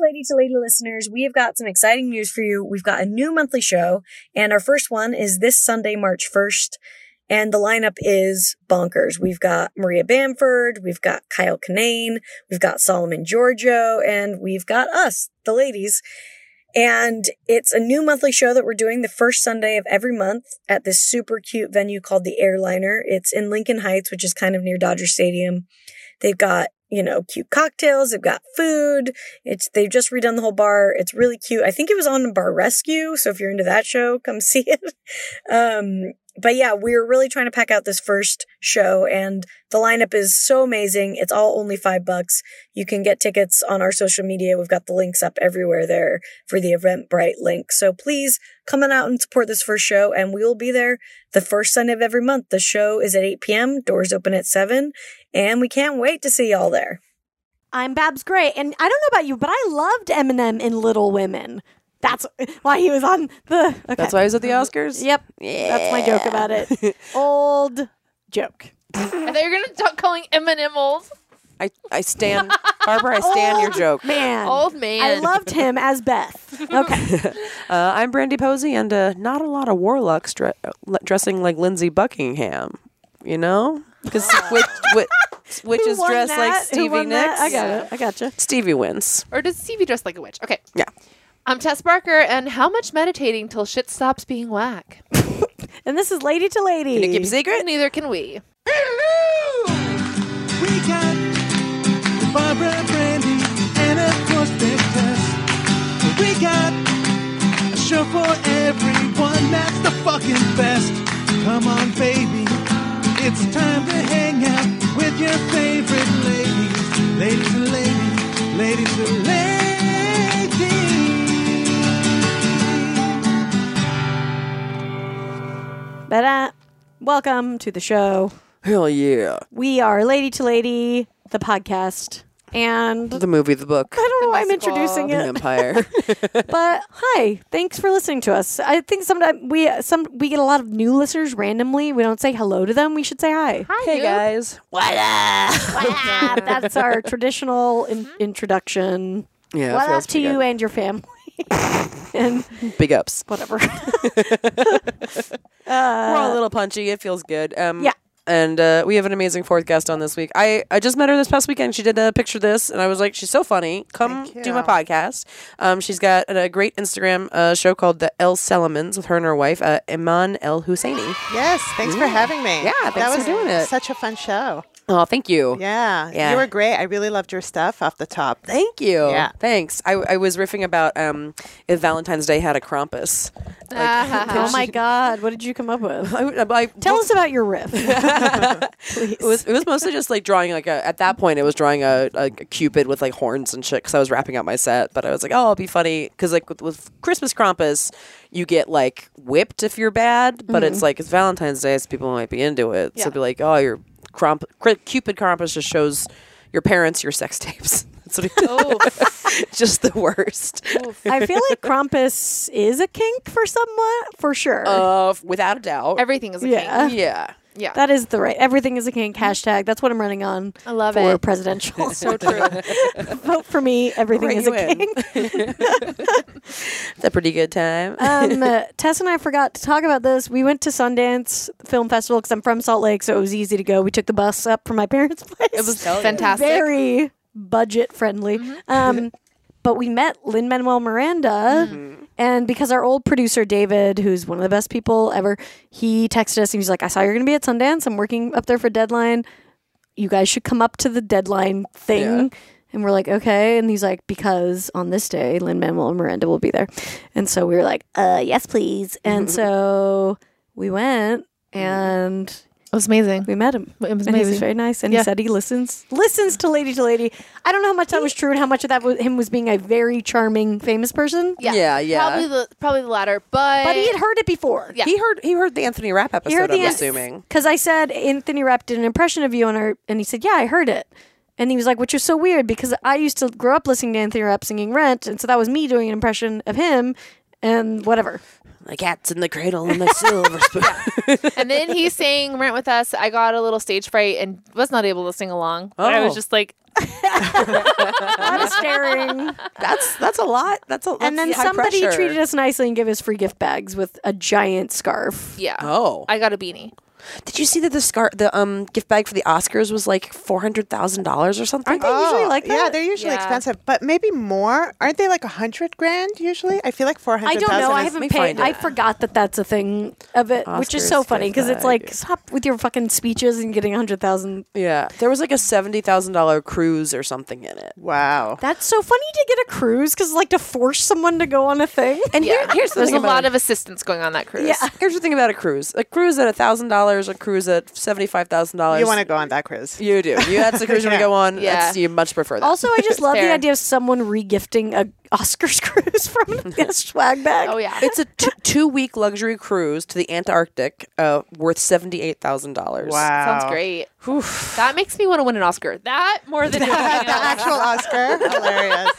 lady to lady listeners, we have got some exciting news for you. We've got a new monthly show, and our first one is this Sunday, March 1st. And the lineup is bonkers. We've got Maria Bamford, we've got Kyle Kinane, we've got Solomon Giorgio, and we've got us, the ladies. And it's a new monthly show that we're doing the first Sunday of every month at this super cute venue called the Airliner. It's in Lincoln Heights, which is kind of near Dodger Stadium. They've got, you know, cute cocktails, they've got food. It's they've just redone the whole bar. It's really cute. I think it was on Bar Rescue, so if you're into that show, come see it. Um but yeah, we're really trying to pack out this first show and the lineup is so amazing. It's all only five bucks. You can get tickets on our social media. We've got the links up everywhere there for the Eventbrite link. So please come on out and support this first show and we will be there the first Sunday of every month. The show is at 8 p.m. Doors open at seven and we can't wait to see y'all there. I'm Babs Gray, and I don't know about you, but I loved Eminem in Little Women. That's why he was on the. okay. Uh, That's why I was at the Oscars. Yep, that's my joke about it. Old joke. I thought you were gonna start calling Eminem old. I, I stand, Barbara. I stand Oh. your joke. Uh, Man, Old man. I loved him as Beth. Okay, Uh, I'm Brandy Posey, and uh, not a lot of warlocks dre- uh, dressing like Lindsay Buckingham. You know, because witch, witch, witches Who won dress like that? Who Stevie won that? Nicks. I got it. I got you. Stevie wins. Or does Stevie dress like a witch? Okay. Yeah. I'm Tess Barker, and how much meditating till shit stops being whack? And this is lady to lady. Can you keep a secret? Neither can we. We got Barbara Brandy and of course Big Tess. We got a show for everyone that's the fucking best. Come on, baby, it's time to hang out with your favorite ladies, ladies and ladies, ladies and ladies. But uh, welcome to the show. Hell yeah! We are Lady to Lady, the podcast, and I The movie, the book, don't know why I'm musical. introducing the it. empire. But hi, thanks for listening to us. I think sometimes we some we get a lot of new listeners randomly. We don't say hello to them. We should say hi. Hi, hey you. guys. What up? What up? That's our traditional in- introduction. Yeah. what up feels to pretty you good. and your family? and Big ups. whatever. We're all a little punchy. It feels good. Um, Uh, Yeah. And uh, we have an amazing fourth guest on this week. I, I just met her this past weekend. She did a picture this, and I was like, she's so funny. Come do my podcast. Um, she's got a, great Instagram uh, show called The El Salamans with her and her wife, uh, Iman El Husseini. Yes, thanks for having me. Yeah, thanks that for was doing it. Such a fun show. Oh, thank you. Yeah, Yeah. you were great. I really loved your stuff off the top. Thank you. Yeah. Thanks. I, I was riffing about um, if Valentine's Day had a Krampus. Uh-huh. oh my god, what did you come up with? I, I, Tell us about your riff. It was it was mostly just like drawing like a at that point it was drawing a, a cupid with like horns and shit because I was wrapping up my set but I was like oh it'll be funny because like with, with Christmas Krampus you get like whipped if you're bad but Mm-hmm. it's like it's Valentine's Day so people might be into it so it'd be like oh your Kramp- Cri- cupid Krampus just shows your parents your sex tapes that's what he did Oh. just the worst I feel like Krampus is a kink for someone, for sure. uh, without a doubt Everything is a Yeah. yeah. yeah Yeah. that is the right. Everything is a kink hashtag. That's what I'm running on. I love for it. presidential. so true. Vote for me. Everything Bring is a you in. kink. it's a pretty good time um, uh, Tess and I forgot to talk about this. We went to Sundance Film Festival because I'm from Salt Lake, so it was easy to go. We took the bus up from my parents' place. it was fantastic Fantastic. very budget friendly. Um, but we met Lin Manuel Miranda, and because our old producer David, who's one of the best people ever, he texted us and he's like, "I saw you're going to be at Sundance. I'm working up there for Deadline. You guys should come up to the Deadline thing." And we're like, okay. And he's like, because on this day, Lin Manuel Miranda will be there. And so we were like, uh, yes, please. And so we went and was amazing. we met him. It was and he was amazing. very nice. And he Yeah. said he listens listens to Lady to Lady. I don't know how much that was true and how much of that was him was being a very charming famous person. Yeah. Yeah, yeah. Probably the probably the latter, but But he had heard it before. Yeah. he heard he heard the Anthony Rapp episode He heard I'm the assuming Because I said Anthony Rapp did an impression of you on our and he said, Yeah, I heard it. And he was like, Which is so weird because I used to grow up listening to Anthony Rapp singing Rent, and so that was me doing an impression of him. and whatever. The cat's in the cradle and the silver spoon. And then he sang Rent with Us. I got a little stage fright and was not able to sing along. But I Oh. was just like, A lot of staring. That's that's a lot. That's a that's and then high somebody pressure. treated us nicely and gave us free gift bags with a giant scarf. yeah. Oh. I got a beanie. Did you see that the scar the um gift bag for the Oscars was like four hundred thousand dollars or something? Aren't they Oh. usually like Yeah, that? they're usually Yeah. expensive, but maybe more. Aren't they like a hundred grand usually? I feel like four I hundred don't thousand. know. I is- haven't me paid. find I it. forgot that that's a thing of it, which is so Oscars funny gift because it's bag. like stop with your fucking speeches and getting a hundred thousand. Yeah, there was like a seventy thousand dollar cruise or something in it. Wow. That's so funny to get a cruise because like to force someone to go on a thing. And here- here's the There's thing a about lot of assistance going on that cruise. yeah. Here's the thing about a cruise: a cruise at thousand dollars, a cruise at seventy five thousand dollars. You want to go on that cruise? You do. You that's the cruise you want to Yeah. go on. Yeah. That's, you much prefer that. also, I just love the Fair. idea of someone regifting a Oscars cruise from a swag bag. Oh, yeah. it's a t- two week luxury cruise to the Antarctic, uh, worth seventy eight thousand dollars. Wow. Sounds great. That makes me want to win an Oscar. That more than the anything else. actual Oscar. Hilarious.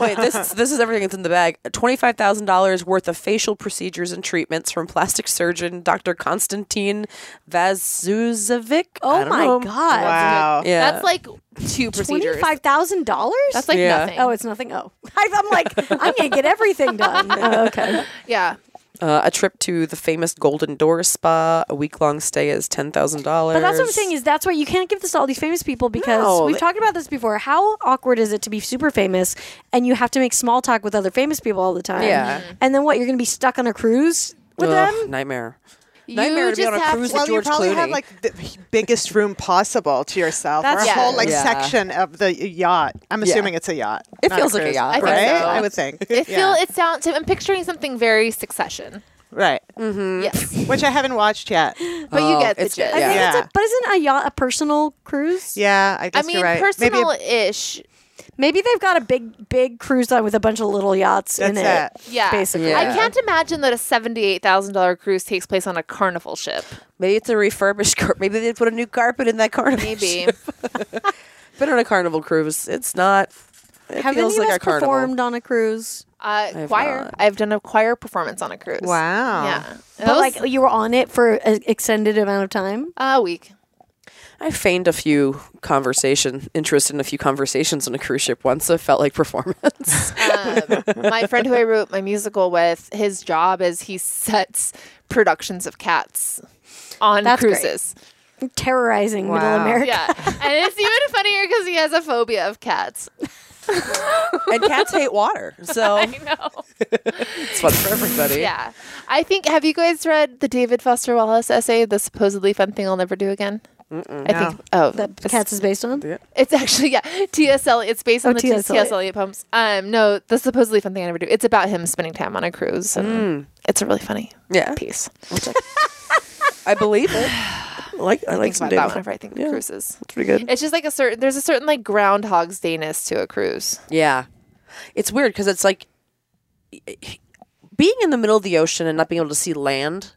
Wait, this is, this is everything that's in the bag. Twenty five thousand dollars worth of facial procedures and treatments from plastic surgeon Dr. Konstantin Vazuzevic. I Oh don't my know. god. Wow. Yeah. That's like two procedures. Twenty-five thousand dollars. That's like Yeah. nothing. oh, it's nothing. Oh, I, I'm like I'm gonna get everything done. Oh, okay. yeah. Uh, a trip to the famous Golden Door Spa. A week long stay is ten thousand dollars. But that's what I'm saying is that's why you can't give this to all these famous people because No, we've they- talked about this before. How awkward is it to be super famous and you have to make small talk with other famous people all the time? Yeah. And then what? You're going to be stuck on a cruise with them? Nightmare. You Nightmare to be just on a have cruise with to- Well, you George probably Clooney. have like the biggest room possible to yourself, That's or a true. whole like Yeah. section of the yacht. I'm assuming it's a yacht. It not feels like a cruise, yacht, I think right? so. I would think. I feel Yeah. it sounds. I'm picturing something very Succession. right, Yes, which I haven't watched yet. Mm. but you Oh, get the it's- gist. I think Yeah. it's a, but isn't a yacht a personal cruise? Yeah, I I guess mean, you're right. Maybe a- personal-ish. Maybe they've got a big, big cruise line with a bunch of little yachts in it. That's Yeah, Basically. I Yeah. can't imagine that a seventy-eight thousand dollar cruise takes place on a carnival ship. Maybe it's a refurbished car. Maybe they put a new carpet in that carnival. Maybe. Uh, Been on a carnival cruise. It's not. It Have feels any like of a us carnival. performed on a cruise? Uh, have choir. not. I've done a choir performance on a cruise. Wow. Yeah. That But was like you were on it for an extended amount of time? a week. I feigned a few conversation interest in a few conversations on a cruise ship once. So it felt like performance. um, my friend who I wrote my musical with, his job is he sets productions of cats on That's great. cruises. Terrorizing middle Wow. America. Yeah, and it's even funnier because he has a phobia of cats. and cats hate water, so I know. it's fun for everybody. Yeah, I think. Have you guys read the David Foster Wallace essay, "The Supposedly Fun Thing I'll Never Do Again"? I think. Oh, That it's- Cats is based on? It's actually yeah. T.S. Eliot. It's based on Oh, the T.S. T.S. Eliot poems. Um, no, the supposedly fun thing I never do. It's about him spending time on a cruise, Mm. and it's a really funny Yeah. piece. I believe it. I like I like Think some about that David. whenever I think of Yeah. cruises. It's pretty good. It's just like a certain. There's a certain like Groundhog's Dayness to a cruise. Yeah. It's weird because it's like being in the middle of the ocean and not being able to see land.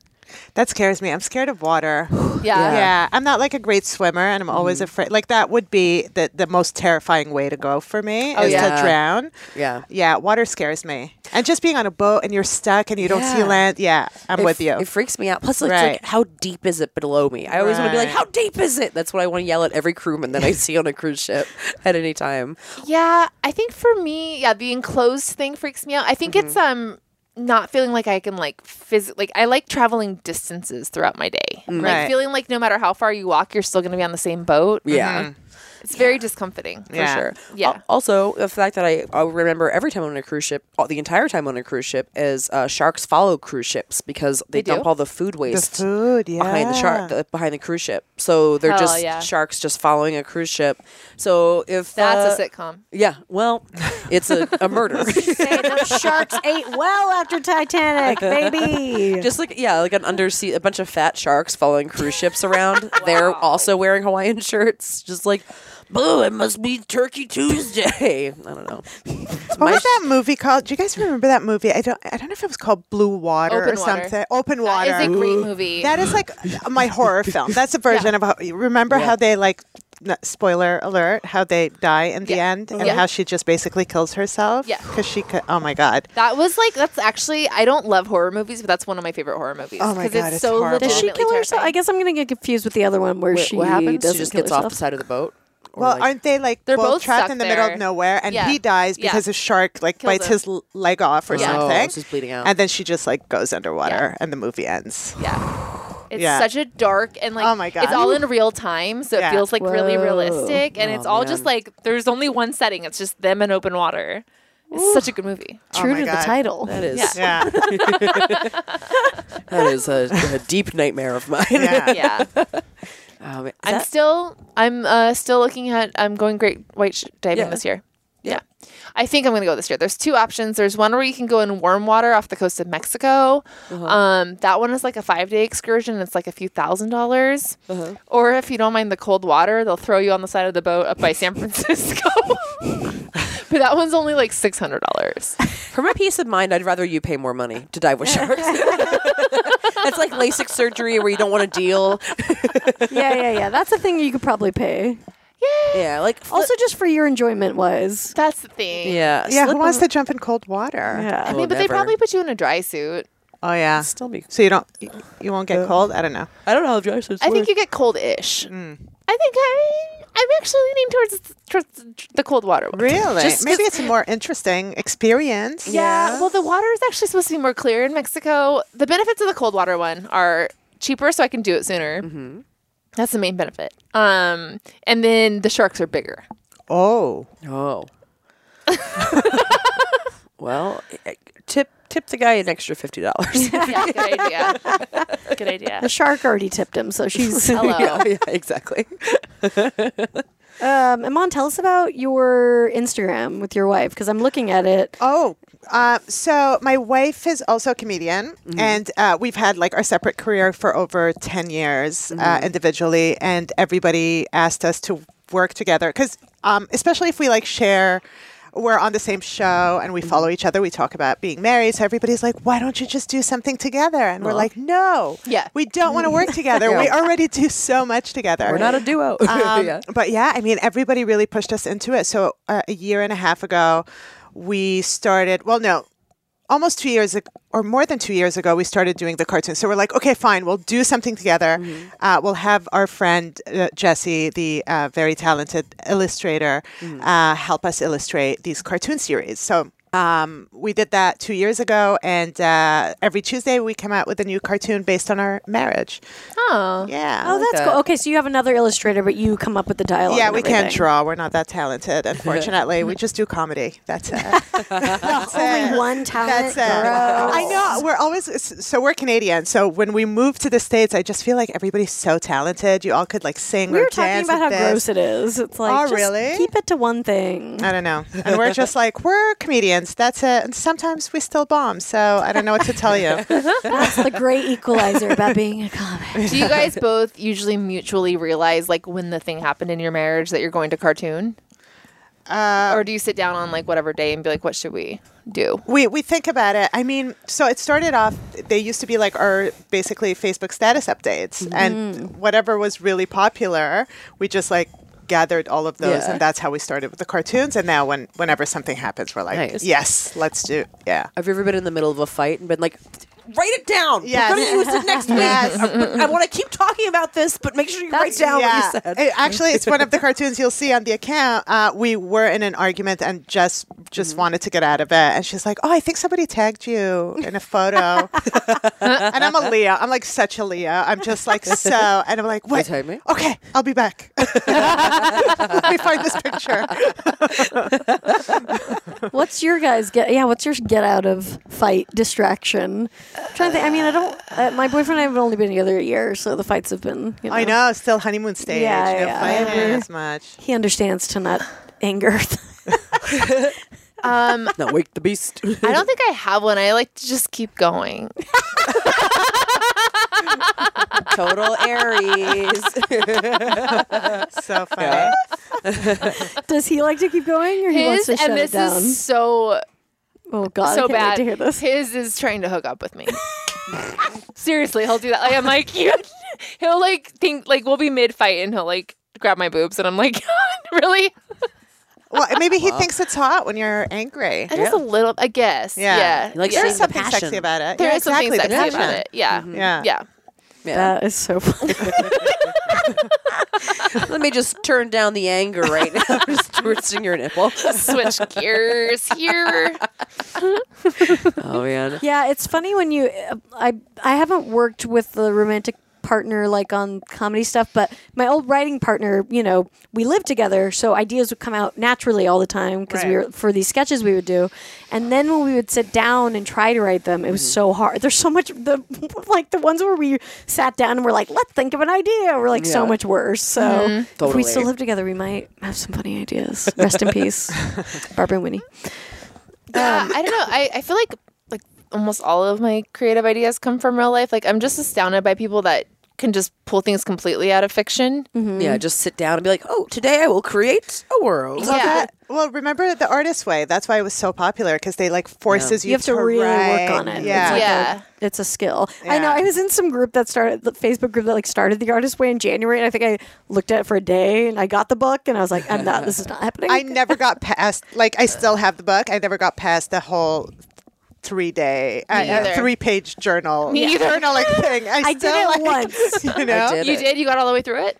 That scares me. I'm scared of water. Yeah. Yeah, I'm not like a great swimmer, and I'm Mm-hmm. always afraid. Like that would be the the most terrifying way to go for me is Oh, yeah. to drown. Yeah. Yeah, water scares me, and just being on a boat and you're stuck and you don't see Yeah. land. Yeah, I'm It with f- you. It freaks me out. Plus, it's Right. like, how deep is it below me? I always want to be like, Right. how deep is it? That's what I want to yell at every crewman that I see on a cruise ship at any time. Yeah, I think for me, yeah, the enclosed thing freaks me out. I think it's Mm-hmm. um not feeling like I can like phys- like I like traveling distances throughout my day. Like Mm, Right. feeling like no matter how far you walk, you're still going to be on the same boat. Yeah. It's very discomforting. for Yeah. sure. Mm-hmm. Yeah. Al- Also, the fact that I, I remember every time on a cruise ship, all, the entire time on a cruise ship, is uh, sharks follow cruise ships because they, do? dump all the food the waste food, yeah. behind the shark the, behind the cruise ship. So they're Oh, just yeah. sharks just following a cruise ship. So if That's uh, a sitcom. Yeah, well, it's a, a murder. Say those sharks ate well after Titanic, baby. Just like yeah, like an undersea, a bunch of fat sharks following cruise ships around. They're also wearing Hawaiian shirts. Just like, boo! It must be Turkey Tuesday. I don't know. What was that movie called? Do you guys remember that movie? I don't. I don't know if it was called Blue Water Open or Water. something. Open Water. That is a great movie. That is like my horror film. That's a version of how, remember how they like n- spoiler alert, how they die in the Yeah. end and Yeah. how she just basically kills herself. Yeah. Because she could, oh my God. That was like that's actually I don't love horror movies, but that's one of my favorite horror movies Oh my because God, it's it's so horrible. Does she legitimately kill herself? I terrifying. guess I'm gonna get confused with the other one where Wait, she what happens? doesn't She just kill gets herself. off the side of the boat. Or, Well, like- aren't they like Oh They're both both trapped stuck in the middle there. of nowhere and Yeah. he dies Yeah. because a shark like Kills bites him. his l- leg off or Yeah. Oh, something. she's bleeding out. And then she just like goes underwater and the movie ends. Yeah. It's Yeah. such a dark and like Oh my it's God. all in real time, so Yeah. it feels like really Whoa. realistic and Oh, it's all man. just like there's only one setting. It's just them in open water. It's such a good movie. True Oh my to the God. title. that is Yeah. Yeah. that is a, a deep nightmare of mine. yeah. Yeah. Um, is I'm that- still I'm uh, still looking at I'm going great white sh- diving Yeah. this year. Yeah. Yeah. I think I'm going to go this year. There's two options. There's one where you can go in warm water off the coast of Mexico. Uh-huh. Um, that one is like a five day excursion. It's like a few thousand dollars. Uh-huh. Or if you don't mind the cold water, they'll throw you on the side of the boat up by San Francisco. but that one's only like six hundred dollars. For my peace of mind, I'd rather you pay more money to dive with sharks. That's like LASIK surgery where you don't want to deal. yeah, yeah, yeah. That's a thing you could probably pay. Yeah, like Also, just for your enjoyment wise. That's the thing. yeah, Yeah. Who slip wants on- to jump in cold water? Yeah. I mean, but they never. probably put you in a dry suit. Oh yeah. Still be. So you don't, you- you won't get cold. I don't know. I don't know how dry suits I think work. you get cold-ish. Mm. I think I, I'm actually leaning towards, towards the cold water one. Really? Just Maybe 'cause- it's a more interesting experience. Yeah. Well, the water is actually supposed to be more clear in Mexico. The benefits of the cold water one are cheaper, so I can do it sooner. Mm-hmm. That's the main benefit. Um, and then the sharks are bigger. Oh. Oh. well, eh, tip tip the guy an extra fifty dollars. Yeah, good idea. good idea. The shark already tipped him, so she's. um, Hello. yeah, yeah, exactly. Iman, um, tell us about your Instagram with your wife because I'm looking at it. Oh, uh, so my wife is also a comedian, Mm-hmm. and uh, we've had like our separate career for over 10 years Mm-hmm. uh, individually, and everybody asked us to work together because, um, especially if we like share. We're on the same show and we Mm-hmm. follow each other. We talk about being married. So everybody's like, why don't you just do something together? And we're like, no. Yeah. We don't want to work together. We already do so much together. We're not a duo. Um, yeah. But yeah, I mean, everybody really pushed us into it. So uh, a year and a half ago, we started. Well, no, almost two years ag- or more than two years ago, we started doing the cartoon. So we're like, okay, fine, we'll do something together. Uh, we'll have our friend uh, Jesse, the uh, very talented illustrator, uh, help us illustrate these cartoon series. So. Um, we did that two years ago, and uh, every Tuesday we come out with a new cartoon based on our marriage. Oh. Yeah. Oh, that's cool. Okay, so you have another illustrator, but you come up with the dialogue. Yeah, and we can't everything. draw. We're not that talented, unfortunately. we just do comedy. That's it. That's it. Only one talent. That's it. I know. We're always s- so we're Canadian. So when we moved to the states, I just feel like everybody's so talented. You all could like sing We or were talking dance. about how and this. gross it is. It's like, Oh, just really? keep it to one thing. I don't know. And we're just like we're comedians. That's it. And sometimes we still bomb. So I don't know what to tell you. That's the great equalizer about being a comic. Do you guys both usually mutually realize like when the thing happened in your marriage that you're going to cartoon? Uh, or do you sit down on like whatever day and be like, what should we do? we we think about it. I mean, so it started off. They used to be like our basically Facebook status updates, Mm-hmm. and whatever was really popular, we just like gathered all of those, Yeah. and that's how we started with the cartoons. And now, when whenever something happens, we're like, Nice. yes, let's do, yeah. Have you ever been in the middle of a fight and been like, write it down? Yes. We're going to use it next week. Yes. I- but I want to keep talking about this, but make sure you write down yeah. what you said. It- actually, it's one of the cartoons you'll see on the account. Uh, we were in an argument and just just wanted to get out of it. And she's like, "Oh, I think somebody tagged you in a photo." and I'm a Leo. I'm like such a Leo. I'm just like so. And I'm like, "What? tagged me? Okay, I'll be back. Let me find this picture." What's your guys get? Yeah, what's your get out of fight distraction? I'm trying to think. I mean, I don't. Uh, my boyfriend and I have only been together a year, so the fights have been. You know, I know. Still honeymoon stage. Yeah, no yeah. fighting Yeah. as much. He understands to not anger. Um, No, wake the beast. I don't think I have one. I like to just keep going. Total Aries. So funny. Does he like to keep going, or he wants to His shut and it this down? is so oh God, I so can't wait bad. to hear this. His is trying to hook up with me. Seriously, he'll do that. Like I'm like, you- he'll like think like we'll be mid fight and he'll like grab my boobs, and I'm like, really? Well, maybe he thinks it's hot when you're angry. It is a little, I guess. Yeah. Yeah. You like yeah. seeing There's the something passion. sexy about it. There yeah, is something exactly, the sexy about passion. it. Yeah. Mm-hmm. Yeah. Yeah. Yeah. That is so funny. Let me just turn down the anger right now. I'm just twisting your nipple. Switch gears here. Oh man. yeah, it's funny when you. uh, I I haven't worked with the romantic partner like on comedy stuff, but my old writing partner, you know, we lived together, so ideas would come out naturally all the time because we Right. were for these sketches we would do, and then when we would sit down and try to write them, it Mm-hmm. was so hard. There's so much the like the ones where we sat down and we're like, let's think of an idea. We're like so Yeah. Mm-hmm. much worse. So if Totally. we still live together, we might have some funny ideas. Rest in peace, Barbara and Winnie. Yeah, I don't know. I, I feel like like almost all of my creative ideas come from real life. Like I'm just astounded by people that can just pull things completely out of fiction. Yeah, just sit down and be like, oh, today I will create a world. Yeah. That- well, remember the artist way. That's why it was so popular because they like forces you, you have to really write. work on it. Yeah. It's like Yeah. a, it's a skill. I know. Yeah. I was in some group that started the Facebook group that like started the artist way in January, and I think I looked at it for a day, and I got the book, and I was like, I'm not. This is not happening. I never got past. Like I still have the book. I never got past the whole three day, uh, either. three page journal, Me either. journaling thing. I, I did still it like, once. You know, did. You it. did? You got all the way through it?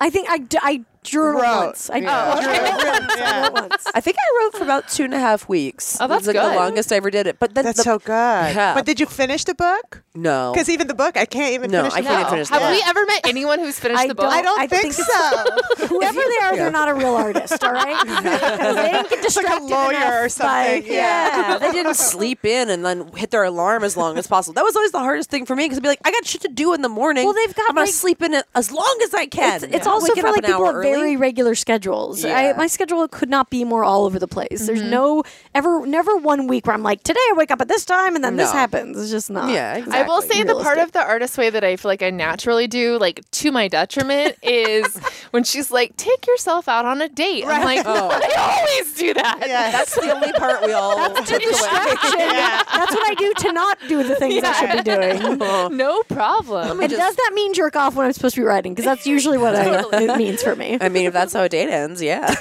I think I d- I drew it Wrote. once. I Yeah. drew Drew it it. once. I drew it once. I think I wrote for about two and a half weeks. Oh, that's It's like the good. longest I ever did it. But then That's the, so good. Yeah. But did you finish the book? no, Because even the book, I can't even No, finish. I the can't book. even finish Have that. we ever met anyone who's finished I the book? don't- I don't I think, think it's- so. Whoever they are, Yeah. they're not a real artist. All right, they didn't get like a distracted lawyer enough or something, by- yeah. yeah, they didn't sleep in and then hit their alarm as long as possible. That was always the hardest thing for me because I'd be like, I got shit to do in the morning. Well, they've got, I'm gonna like- sleep in it as long as I can. It's, it's I'll also wake it for up like an people hour with very early. regular schedules. Yeah. Mm-hmm. I, my schedule could not be more all over the place. There's no ever never one week where I'm like, today I wake up at this time and then this No. happens. It's just not. Yeah, I will exactly. say the part of the artist way that I feel like I naturally do, like to my detriment, is when she's like, "Take yourself out on a date." I'm like, I always do that. Yeah. That's the only part we all took away. Distraction. That's what I do to not do the things I should be doing. No problem. And does that mean jerk off when I'm supposed to be writing? Because that's usually what I, it means for me. I mean, if that's how a date ends, yeah,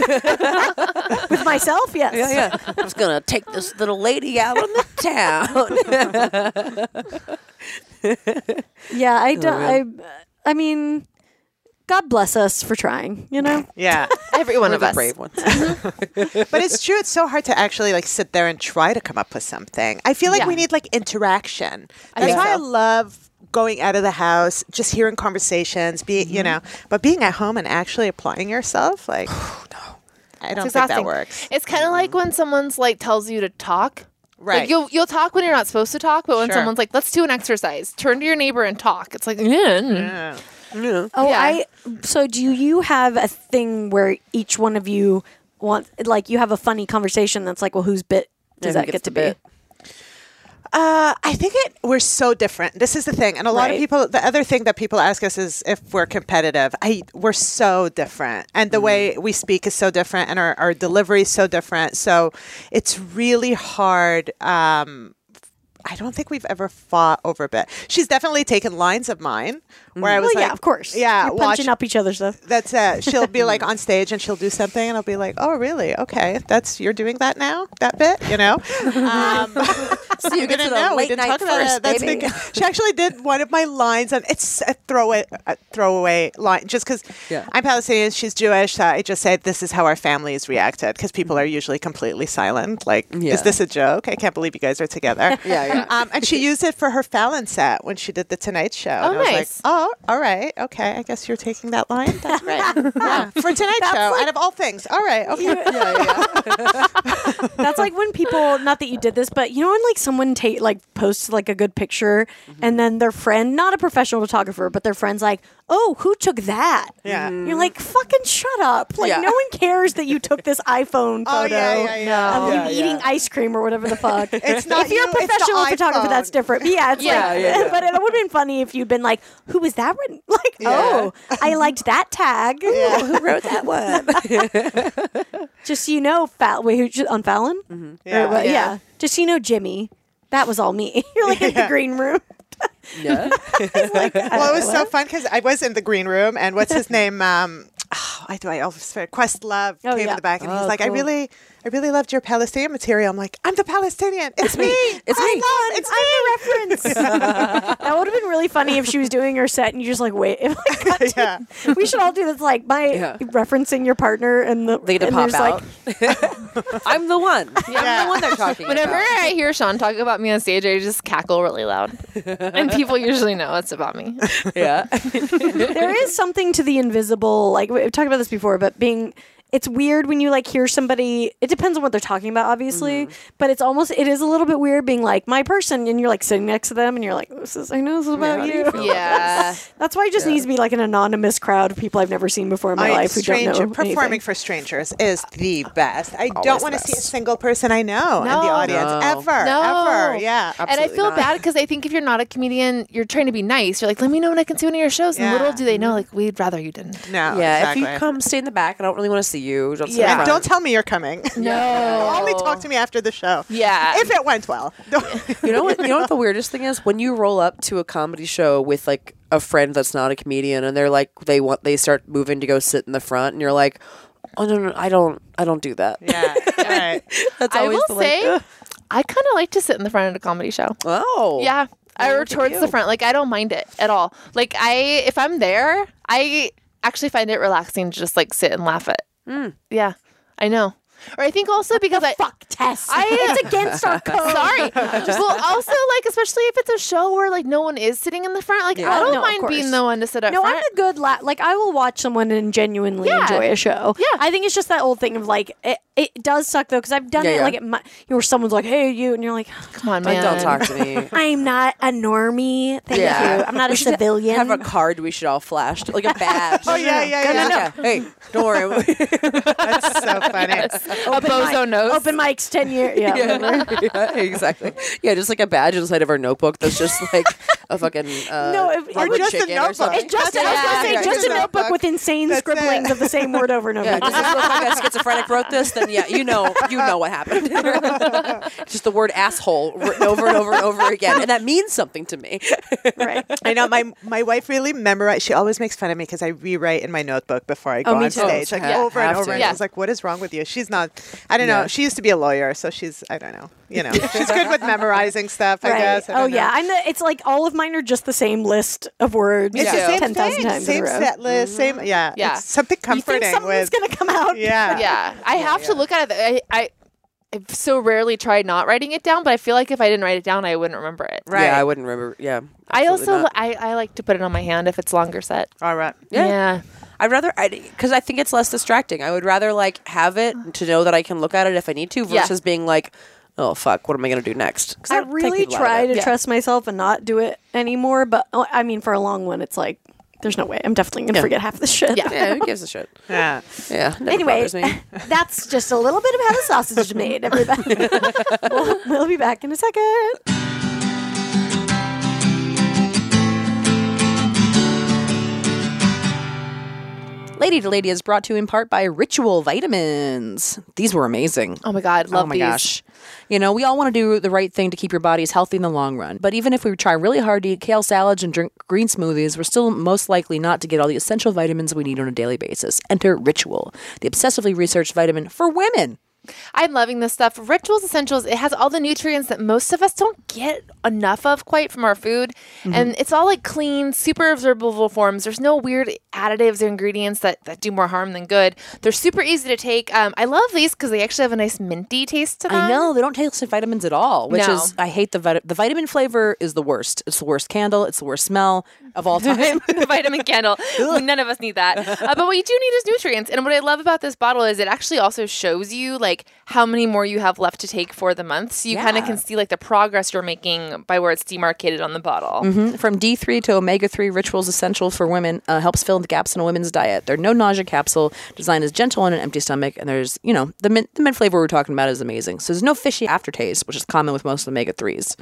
With myself, yes. yeah, yeah. I'm just gonna take this little lady out on the town. Yeah, Oh, I don't. I, I mean, God bless us for trying. You know. yeah, Every one We're of the us. brave ones. but it's true. It's so hard to actually like sit there and try to come up with something. I feel like Yeah. we need like interaction. That's think why I so. love going out of the house, just hearing conversations, be Mm-hmm. you know, but being at home and actually applying yourself, like I don't It's think that exhausting. works. It's kind of like when someone's like tells you to talk. Right. Like you'll you'll talk when you're not supposed to talk, but when Sure. someone's like, "Let's do an exercise," turn to your neighbor and talk. It's like, yeah, mm. Oh, Yeah. I. So, do you have a thing where each one of you want, like, you have a funny conversation that's like, well, whose bit does that Yeah, who get gets to the be? bit? Uh, I think it we're so different. This is the thing, and a lot Right. of people. The other thing that people ask us is if we're competitive. I we're so different, and the Mm. way we speak is so different, and our our delivery is so different. So it's really hard. Um, I don't think we've ever fought over a bit. She's definitely taken lines of mine where I Mm. Well, was like, yeah, of course. yeah, You're punching watch- up each other's stuff. That's it. She'll be like on stage and she'll do something, and I'll be like, "Oh, really? Okay, that's you're doing that now. That bit, you know." Um, See you I didn't know. We didn't talk about it. That's big- She actually did one of my lines, and it's a throwaway, a throwaway line, just because Yeah. I'm Palestinian, she's Jewish. So I just say this is how our families reacted because people are usually completely silent. Like, Yeah. is this a joke? I can't believe you guys are together. Yeah, yeah. Um, and she used it for her Fallon set when she did the Tonight Show. and I was nice. like, oh, all right, okay. I guess you're taking that line. That's great. yeah, for Tonight Show, out of all things. All right, okay. That's like when people, not that you did this, but you know when like someone take like posts like a good picture Mm-hmm. and then their friend, not a professional photographer, but their friend's like, "Oh, who took that?" Yeah. Mhm. You're like, "Fucking shut up!" Like Yeah. no one cares that you took this iPhone photo Oh, yeah, yeah, yeah. of Yeah, you eating ice cream or whatever the fuck. It's not if you're you, a it's the professional photographer, iPhone. that's different. But yeah, it's Yeah, like, yeah, yeah. but it would have been funny if you'd been like, "Who was that one?" Like, "Oh, I liked that tag." Who wrote that one? Just so you know, Fal- wait, who, j- on Fallon? Mm-hmm. Yeah. Or what- Yeah. yeah. Just so you know, Jimmy, that was all me. You're like in the green room. yeah. Well, it was so fun because I was in the green room, and what's his name? Um, oh, I do. I Elvis Quest Love Oh, came yeah. in the back, and Oh, he's like, I cool. really, I really loved your Palestinian material. I'm like, I'm the Palestinian. It's me. It's me. I Love, it's me. reference. that would have been really funny if she was doing her set and you just like wait. If I got to- Yeah. we should all do this like by Yeah. referencing your partner and the They get to and pop there's, like, out. I'm the one. I'm Yeah. the one they're talking Whenever about. I hear Sean talk about me on stage, I just cackle really loud. and people usually know it's about me. Yeah. there is something to the invisible like we've talked about this before but being it's weird when you like hear somebody it depends on what they're talking about obviously but it's almost it is a little bit weird being like my person and you're like sitting next to them and you're like this is i know this is about you yeah. that's why it just needs to be like an anonymous crowd of people i've never seen before in my I life who don't know stranger, performing anything. for strangers is the best. I Always don't want to see a best. single person I know in No. the audience No. ever, No. ever. Yeah, and I Absolutely feel not. bad because I think if you're not a comedian, you're trying to be nice. You're like, let me know when I can see one of your shows. And Yeah. little do they know, like, we'd rather you didn't. no, yeah. Oh, exactly. If you come, stay in the back. I don't really want to see you. Don't Yeah. yeah. and don't tell me you're coming. No. Only talk to me after the show. Yeah. if it went well. You know what? You know what the weirdest thing is when you roll up to a comedy show with like a friend that's not a comedian, and they're like they want they start moving to go sit in the front, and you're like, oh no no I don't I don't do that. yeah, all right. that's I always the, will like, say, "Ugh." I kind of like to sit in the front of a comedy show. oh Yeah. I or look at towards the you. front. Like I don't mind it at all. Like I if I'm there, I actually find it relaxing to just like sit and laugh at. Yeah. I know. Or I think also because I Hmm. fuck tess I- it's against our code sorry. well also like especially if it's a show where like no one is sitting in the front, like I Oh, don't no, of mind course. being the one to sit up No, front. I'm a good la- like I will watch someone and genuinely Yeah. enjoy a show. Yeah. I think it's just that old thing of like it, it does suck though because I've done Yeah, it yeah. like at my, you know, where someone's like, "Hey, you," and you're like, Come on, Like, man. don't talk to me. "I'm not a normie, thank Yeah. you. I'm not We a should civilian." Have a card we should all flash like a badge. Oh yeah, yeah, yeah. Hey, don't worry. That's so funny. A bozo nose. Open mics ten years. Yeah, yeah, yeah, exactly. Yeah, just like a badge inside of our notebook that's just like a fucking uh, No, if- Or rubber just a chicken or notebook. something. It's just I was Yeah. gonna say, Yeah, just just a a notebook, notebook. with insane That's scribblings it. of the same word over and over. Yeah, does this look like a schizophrenic wrote this? Then yeah, you know, you know what happened. Just the word asshole written over and over and over again, and that means something to me. right. I know my my wife really memorized. She always makes fun of me because I rewrite in my notebook before I go me on too. stage, Oh, like yeah, over and have over. to. And Yeah. I was like, "What is wrong with you?" She's not. I don't know. Yeah. She used to be a lawyer, so she's. I don't know. You know, she's good with memorizing stuff. I Right. guess. I oh don't know. yeah, I'm the, it's like all of mine are just the same list of words. It's Yeah. the same ten thousand thing. times. Same in a row. Mm-hmm. set list. Same. Yeah. Yeah. It's You something think comforting something's with. gonna come out? yeah. yeah i have to look at it i i i've so rarely tried not writing it down but i feel like if i didn't write it down i wouldn't remember it Right. Yeah, I wouldn't remember. Yeah, i absolutely also not. I, I like to put it on my hand if it's longer set All right. Yeah. yeah, I'd rather I because I think it's less distracting. I would rather like have it to know that I can look at it if I need to Yeah. versus being like, oh fuck, what am I gonna do next? 'Cause I that'll take really people out of try it. to Yeah. trust myself and not do it anymore, but oh, I mean, for a long one, it's like there's no way. I'm definitely gonna forget half the shit. Yeah. Yeah, who gives a shit? Yeah. Yeah. never Anyway, bothers me. that's just a little bit of how the sausage is made, everybody. we'll, we'll be back in a second. Lady to Lady is brought to you in part by Ritual Vitamins. These were amazing. oh my god love oh my these gosh. You know, we all want to do the right thing to keep your bodies healthy in the long run. But even if we try really hard to eat kale salads and drink green smoothies, we're still most likely not to get all the essential vitamins we need on a daily basis. Enter Ritual, the obsessively researched vitamin for women. i'm loving this stuff rituals essentials it has all the nutrients that most of us don't get enough of quite from our food Mm-hmm. and it's all like clean super observable forms there's no weird additives or ingredients that, that do more harm than good they're super easy to take um, i love these because they actually have a nice minty taste to them I know they don't taste like vitamins at all, which No. is I hate the vit- the vitamin flavor is the worst. It's the worst candle. It's the worst smell of all time. the vitamin candle. None of us need that. Uh, but what you do need is nutrients. And what I love about this bottle is it actually also shows you like how many more you have left to take for the month. So you kind of Yeah. can see like the progress you're making by where it's demarcated on the bottle. Mm-hmm. From D3 to omega 3 rituals essential for women uh, helps fill in the gaps in a woman's diet. Their no nausea capsule designed as gentle on an empty stomach. And there's, you know, the mint, the mint flavor we're talking about is amazing. So there's no fishy aftertaste, which is common with most omega 3s.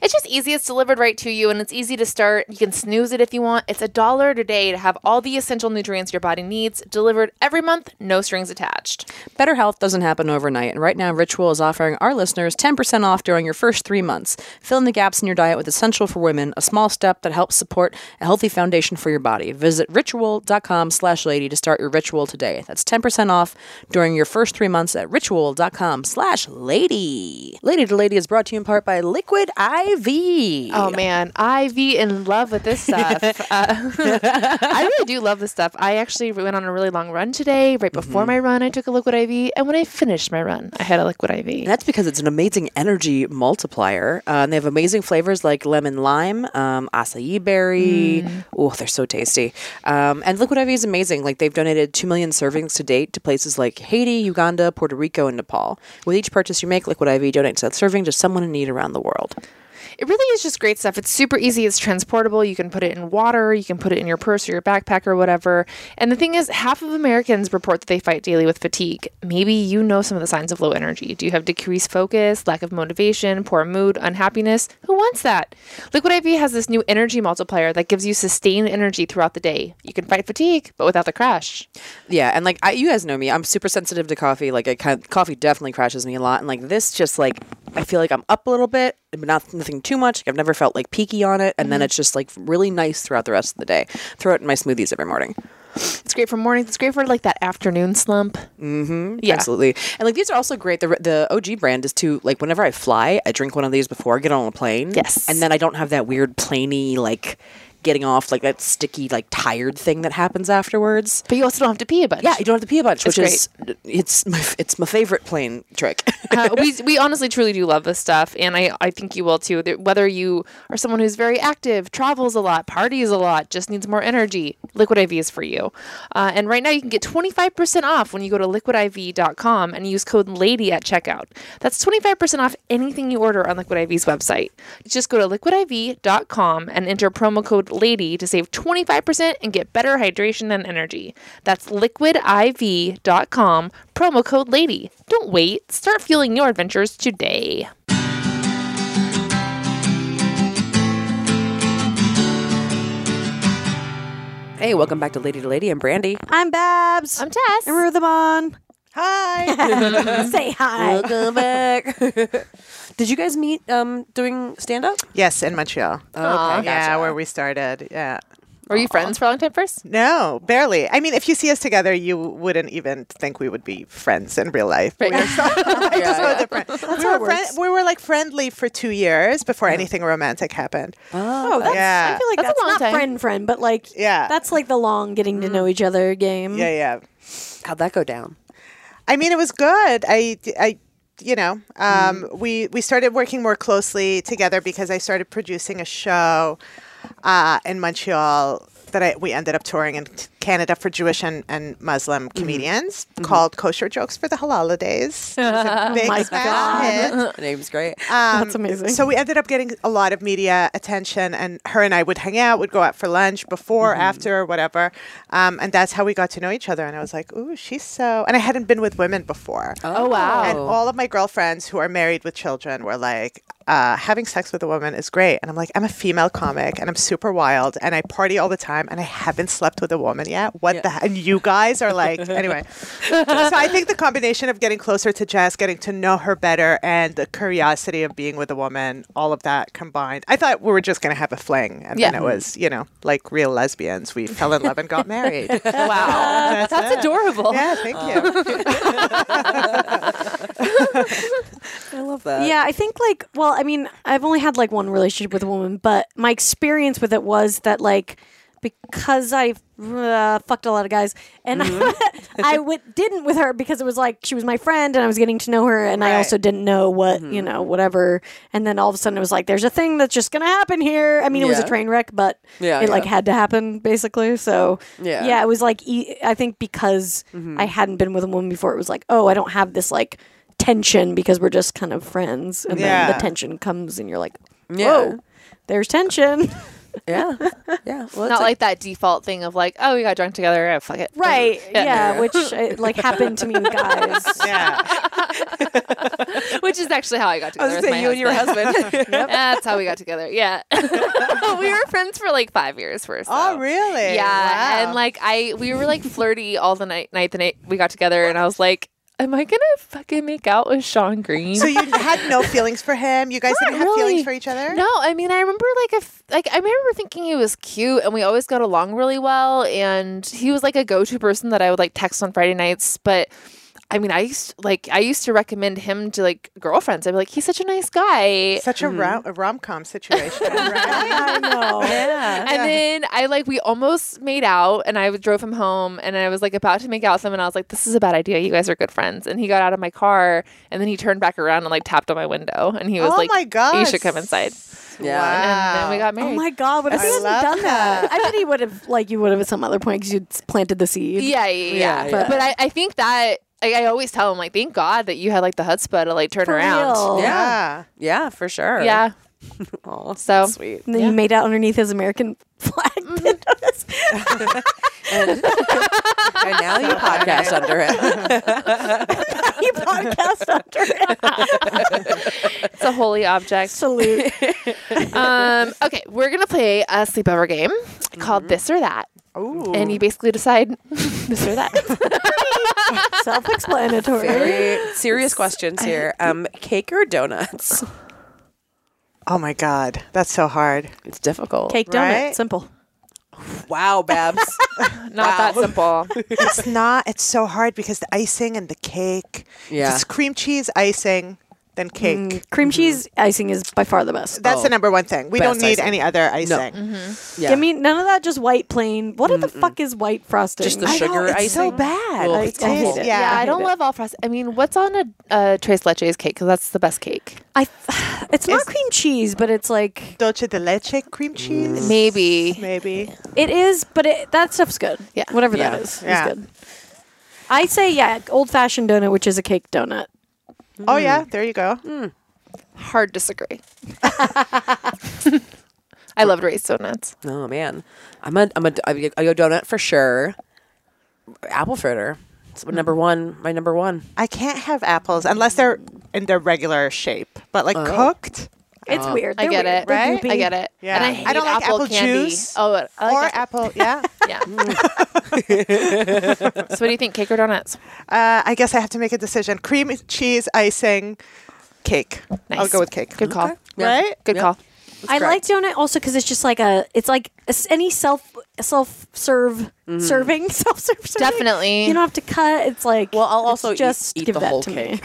It's just easy. It's delivered right to you, and it's easy to start. You can snooze it if you want. It's a dollar a day to have all the essential nutrients your body needs delivered every month, no strings attached. Better health doesn't happen overnight, and right now Ritual is offering our listeners 10% off during your first three months. Fill in the gaps in your diet with Essential for Women, a small step that helps support a healthy foundation for your body. Visit ritual.com slash lady to start your ritual today. That's 10% off during your first three months at ritual.com slash lady. Lady to Lady is brought to you in part by Liquid IV. Oh man, IV in love with this stuff. Uh, I really do love this stuff. I actually went on a really long run today. Right before my run, I took a liquid IV, and when I finished my run, I had a liquid IV. And that's because it's an amazing energy multiplier. Uh, and they have amazing flavors like lemon lime, um, acai berry. Oh, they're so tasty. Um, and Liquid IV is amazing. Like they've donated 2 million servings to date to places like Haiti, Uganda, Puerto Rico, and Nepal. With each purchase you make, Liquid IV donates that serving to someone in need around the world. It really is just great stuff. It's super easy. It's transportable. You can put it in water. You can put it in your purse or your backpack or whatever. And the thing is, half of Americans report that they fight daily with fatigue. Maybe you know some of the signs of low energy. Do you have decreased focus, lack of motivation, poor mood, unhappiness? Who wants that? Liquid IV has this new energy multiplier that gives you sustained energy throughout the day. You can fight fatigue, but without the crash. Yeah, and like I, you guys know me, I'm super sensitive to coffee. Like I kind coffee definitely crashes me a lot, and like this just like I feel like I'm up a little bit, but not nothing too much. I've never felt like peaky on it, and then it's just like really nice throughout the rest of the day. Throw it in my smoothies every morning. It's great for mornings. It's great for like that afternoon slump. Yeah. Mm-hmm. Absolutely. And like these are also great. The the OG brand is to like whenever I fly, I drink one of these before I get on a plane. Yes. And then I don't have that weird planey like getting off like that sticky like tired thing that happens afterwards. But you also don't have to pee a bunch. Yeah, you don't have to pee a bunch, It's which is it's my it's my favorite plane trick. uh, we, we honestly truly do love this stuff and I, I think you will too That whether you are someone who's very active travels a lot parties a lot just needs more energy liquid iv is for you uh, and right now you can get 25% off when you go to liquidiv.com and use code lady at checkout that's 25% off anything you order on liquid iv's website just go to liquidiv.com and enter promo code lady to save 25% and get better hydration and energy that's liquidiv.com promo code lady don't wait start fueling your adventures today hey, welcome back to Lady to Lady. I'm Brandy. I'm Babs. i'm tess and we're the Mon. Hi. Say hi. Welcome back. Did you guys meet um doing stand up? yes, in Montreal. okay, Yeah, gotcha. where we started. Yeah. were you friends for a long time first No, barely. I mean, if you see us together, you wouldn't even think we would be friends in real life. We are so, I just yeah. was a friend. we, were friend- we were like friendly for two years before anything romantic happened. Oh, that's, I Yeah. feel like that's, That's a long not time. Mm. friend friend, but like Yeah. that's like the long getting to know each other game. Yeah, yeah. How'd that go down? I mean, it was good. I, I you know, um, Mm. we we started working more closely together because I started producing a show uh, in Montreal that I, we ended up touring in Canada for Jewish and, and Muslim Mm-hmm. comedians called Kosher Jokes for the Holidays. It was a big my smash God. hit. Name's great. That's amazing. So we ended up getting a lot of media attention, and her and I would hang out, would go out for lunch before, after, whatever. Um, and that's how we got to know each other. And I was like, ooh, she's so. And I hadn't been with women before. oh wow And all of my girlfriends who are married with children were like, uh, having sex with a woman is great. And I'm like, I'm a female comic and I'm super wild and I party all the time and I haven't slept with a woman yet. What the? And you guys are like, anyway. so I think the combination of getting closer to Jess, getting to know her better, and the curiosity of being with a woman, all of that combined, I thought we were just going to have a fling. And Yeah. then it was, you know, like real lesbians. We fell in love and got married. wow That's, it. adorable Yeah, thank you. I love that. Yeah, I think like well, I mean, I've only had like one relationship with a woman, but my experience with it was that like because I uh, fucked a lot of guys, and Mm-hmm. I w- didn't with her because it was like she was my friend and I was getting to know her, and I Right. also didn't know what you Mm-hmm. know whatever. And then all of a sudden it was like there's a thing that's just gonna happen here. I mean, it was a Yeah. train wreck, but Yeah, it like yeah. had to happen basically. So Yeah. yeah, it was like e- I think because Mm-hmm. I hadn't been with a woman before, it was like, oh, I don't have this like tension because we're just kind of friends, and then Yeah. the tension comes, and you're like, whoa, Yeah. there's tension. yeah, yeah. Well, Not like that default thing of like, oh, we got drunk together. eh, fuck it. Right. Yeah. Which uh, like happened to me with guys. Yeah. Which is actually how I got together. with my husband. That's how we got together. Yeah. we were friends for like five years first. Oh, really? Yeah. Wow. And like I we were like flirty all the night night the night we got together and I was like, Am I gonna fucking make out with Sean Green? so you had no feelings for him. You guys didn't have really. feelings for each other. No, I mean I remember like if like I remember thinking he was cute and we always got along really well and he was like a go-to person that I would like text on Friday nights, but I mean I used like I used to recommend him to like girlfriends. I'd be like, he's such a nice guy. Such a, rom- a rom-com situation. I know. and then I like we almost made out, and I drove him home, and I was like about to make out with him, and I was like, "This is a bad idea. You guys are good friends." And he got out of my car, and then he turned back around and like tapped on my window, and he was Oh like, my you gosh. should come inside." yeah. And then we got Oh married. my god! What if he I hadn't love done that? that. I bet he would have like you would have at some other point because you'd planted the seed. yeah, yeah, yeah. Yeah, But, but I, I think that like, I always tell him like, "Thank God that you had like the chutzpah to like turn For around." real. Yeah. Yeah, for sure. Yeah. Aw, So- sweet. And then you made out underneath his American flag. pinned on his- And, and now you podcast under it. you podcast under it. It's a holy object. Salute. um, okay, we're gonna play a sleepover game called This or That, Ooh. and you basically decide this or that. Self-explanatory. Very serious questions here. Um, cake or donuts? oh my God, that's so hard. It's difficult. Cake donut. Right? Simple. Wow, Babs. Not that simple. It's not. It's so hard because the icing and the cake. Yeah. It's cream cheese icing, then cake. Cream cheese icing is by far the best. That's the number one thing. We don't Best need icing. any other icing. yeah. Give me none of that. Just white plain. What the fuck is white frosting? just the I- sugar it's icing. so bad. Ugh, I it's taste- awful. yeah. Yeah, I, hate don't it. love all frost. I mean, what's on a uh, tres leches cake? Because that's the best cake. I, it's not cream cheese, but it's like Dolce de leche cream cheese. Mm. Maybe. Maybe. it is. But it, that stuff's good. Yeah. whatever Yeah. that is, Yeah. is good. I say yeah, old fashioned donut, which is a cake donut. Oh yeah, there you go. Hard disagree. I loved raised donuts. Oh man, I'm a I'm a I go donut for sure. Apple fritter. It's my number one. My number one. I can't have apples unless they're in their regular shape, but like cooked. It's weird. I They're get weird. it, They're right? I goopy. get it. Yeah. And I, hate I don't like apple, apple candy. juice Oh, I like or apple. apple, yeah. Yeah. so, what do you think, cake or donuts? Uh, I guess I have to make a decision. Cream cheese icing, cake. I'll Nice. go with cake. Good call. Right? Good Yeah. call. I like donut also because it's just like a. It's like a s- any self self serve serving self serve serving. Definitely. You don't have to cut. It's like well, I'll also eat- just eat give the that whole to me. cake.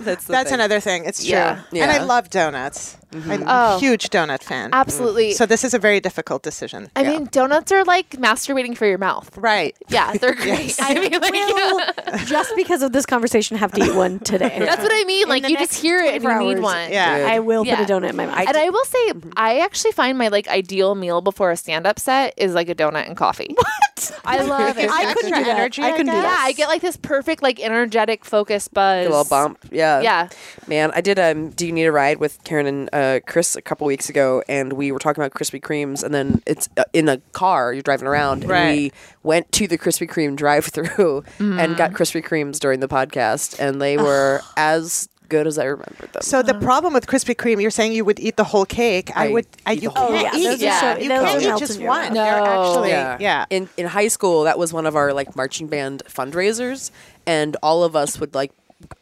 That's the That's thing. another thing. It's true. Yeah. And Yeah. I love donuts. I'm Oh. a huge donut fan. Absolutely. So this is a very difficult decision. I mean, donuts are like masturbating for your mouth. Right. Yeah, they're great. I mean, like, Well, just because of this conversation, have to eat one today. that's what I mean. Like, you just hear it and you 24 need hours. one. Yeah. I will Yeah. put a donut in my mouth. and I will say, Mm-hmm. I actually find my like ideal meal before a stand-up set is like a donut and coffee. What? I love it. I couldn't do that. energy, I I couldn't do guess. yeah, that. I get like this perfect, like energetic focus buzz. A little bump. Yeah. Yeah. Man, I did um Do You Need a Ride with Karen and uh, Chris a couple weeks ago and we were talking about Krispy Kremes and then it's uh, in a car, you're driving around and Right. we went to the Krispy Kreme drive through Mm-hmm. and got Krispy Kremes during the podcast and they were as good as I remembered them. So the problem with Krispy Kreme, you're saying you would eat the whole cake. I, I would. I, eat you the whole can't cake. eat. Yeah, those are so- you those can't melt eat in just your one. mouth. They're actually. yeah. Yeah. In in high school, that was one of our like marching band fundraisers, and all of us would like,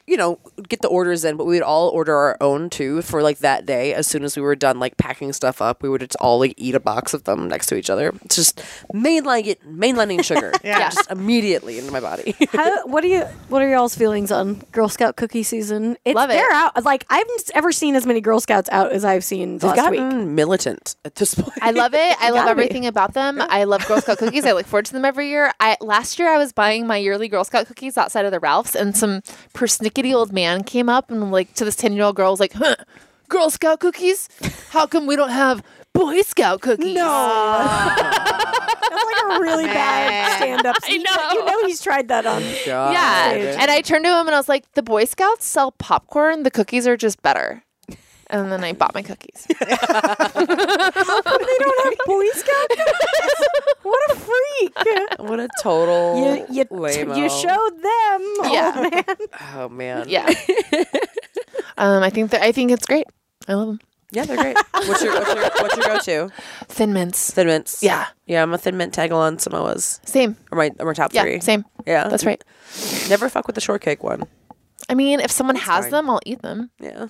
you know, get the orders in, but we would all order our own too for like that day. As soon as we were done like packing stuff up, we would just all like eat a box of them next to each other. It's just mainlining it, mainlining sugar, Yeah. just immediately into my body. How, what do you? What are y'all's feelings on Girl Scout cookie season? It's, Love it. They're out. Like I've not ever seen as many Girl Scouts out as I've seen I've last gotten week. militant at this point. I love it. I love gotta be. everything about them. I love Girl Scout cookies. I look forward to them every year. I last year I was buying my yearly Girl Scout cookies outside of the Ralphs, and some persnickety old man came up and like to this ten year old girl was like, huh, "Girl Scout cookies? How come we don't have Boy Scout cookies?" Oh That's like a really bad stand-up. You know. You know he's tried that on. God. Yeah. Stage. And I turned to him and I was like, the Boy Scouts sell popcorn. The cookies are just better. And then I bought my cookies. they don't have Boy Scout cookies. What a freak! What a total You you, lame-o. you showed them, Yeah. old man. Oh man. Yeah. um, I think that I think it's great. I love them. Yeah, they're great. What's your what's your, what's your go-to? Thin mints. Thin mints. Yeah. Yeah, I'm a thin mint tag on Samoa's. Same. Or my or my top Yeah. three. Same. Yeah. That's right. Never fuck with the shortcake one. I mean, if someone has fine. them, I'll eat them, Yeah.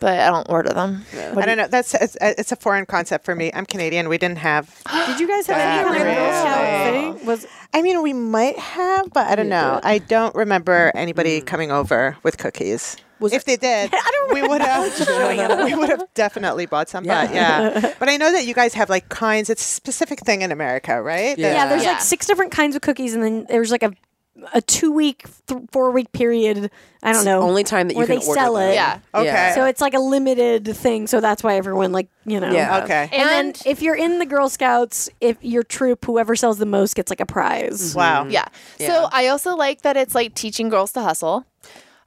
but I don't order them. I don't know. That's it's, it's a foforeign concept for me. I'm Canadian. We didn't have. Oh, Did you guys have any kind of Girl Scout thing? Was I mean, we might have, but I don't know. I don't remember Mm. anybody coming over with cookies. if they did, we would have. we would have definitely bought some. But yeah, but I know that you guys have like kinds. It's a specific thing in America, right? Yeah. yeah, there's Yeah. like six different kinds of cookies, and then there's like a a two week, th- four week period. I don't know. Only time that you where can they order sell them. it. Yeah. Okay. So it's like a limited thing. So that's why everyone like you know. Yeah. okay. And, then And- if you're in the Girl Scouts, if your troop, whoever sells the most gets like a prize. Wow. Yeah. So I also like that it's like teaching girls to hustle.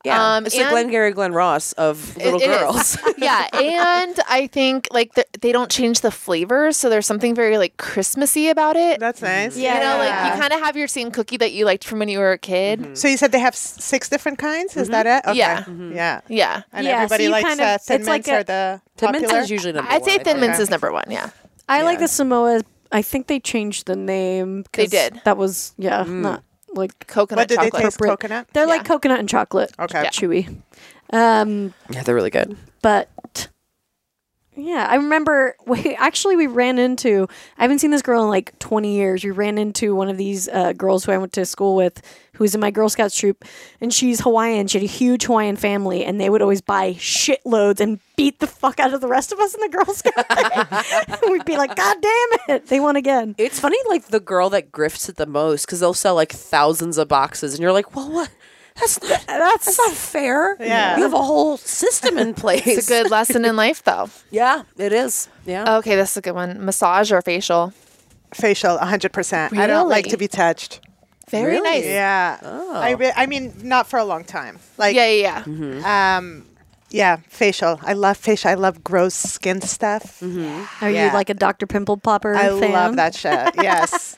Yeah. Um, it's the and- Glengarry Glen Ross of It- little it is. girls. yeah, and I think like the, they don't change the flavors, so there's something very like Christmassy about it. That's nice. you know, Yeah. like you kind of have your same cookie that you liked from when you were a kid. Mm-hmm. So you said they have s- six different kinds. Is that it? Okay. Mm-hmm. Yeah. Yeah. Yeah, And Mm-hmm. Yeah, so everybody you likes kind of- uh, thin it's like mints a- are the Thin popular. mints is usually number I'd say one, I think. Thin Mints is number one. Yeah, I like the Samoa. I think they changed the name. 'cause They did. That was yeah, not like coconut What did they chocolate. taste? Coconut. they're like coconut and chocolate. Okay. Yeah. chewy. Um, Yeah, they're really good. but yeah, I remember. We, actually, we ran into. I haven't seen this girl in like 20 years. We ran into one of these uh, girls who I went to school with, who was in my Girl Scouts troop, and she's Hawaiian. She had a huge Hawaiian family, and they would always buy shitloads and beat the fuck out of the rest of us in the Girl Scout. thing. And We'd be like, God damn it, they won again. It's funny, like the girl that grifts it the most, because they'll sell like thousands of boxes, and you're like, well, what? That's not, that's, not fair. Yeah. you have a whole system in place. It's a good lesson in life, though. Yeah, it is. Yeah, Okay, this is a good one. Massage or facial? Facial, 100%. I don't like Really? to be touched. Very Really? nice. Yeah. Oh. I, re- I mean, not for a long time. Like, Yeah, yeah, yeah. um, yeah, facial. I love facial. I love gross skin stuff. Mm-hmm. Are Yeah. you like a Dr. Pimple Popper? I fan? love that shit. Yes.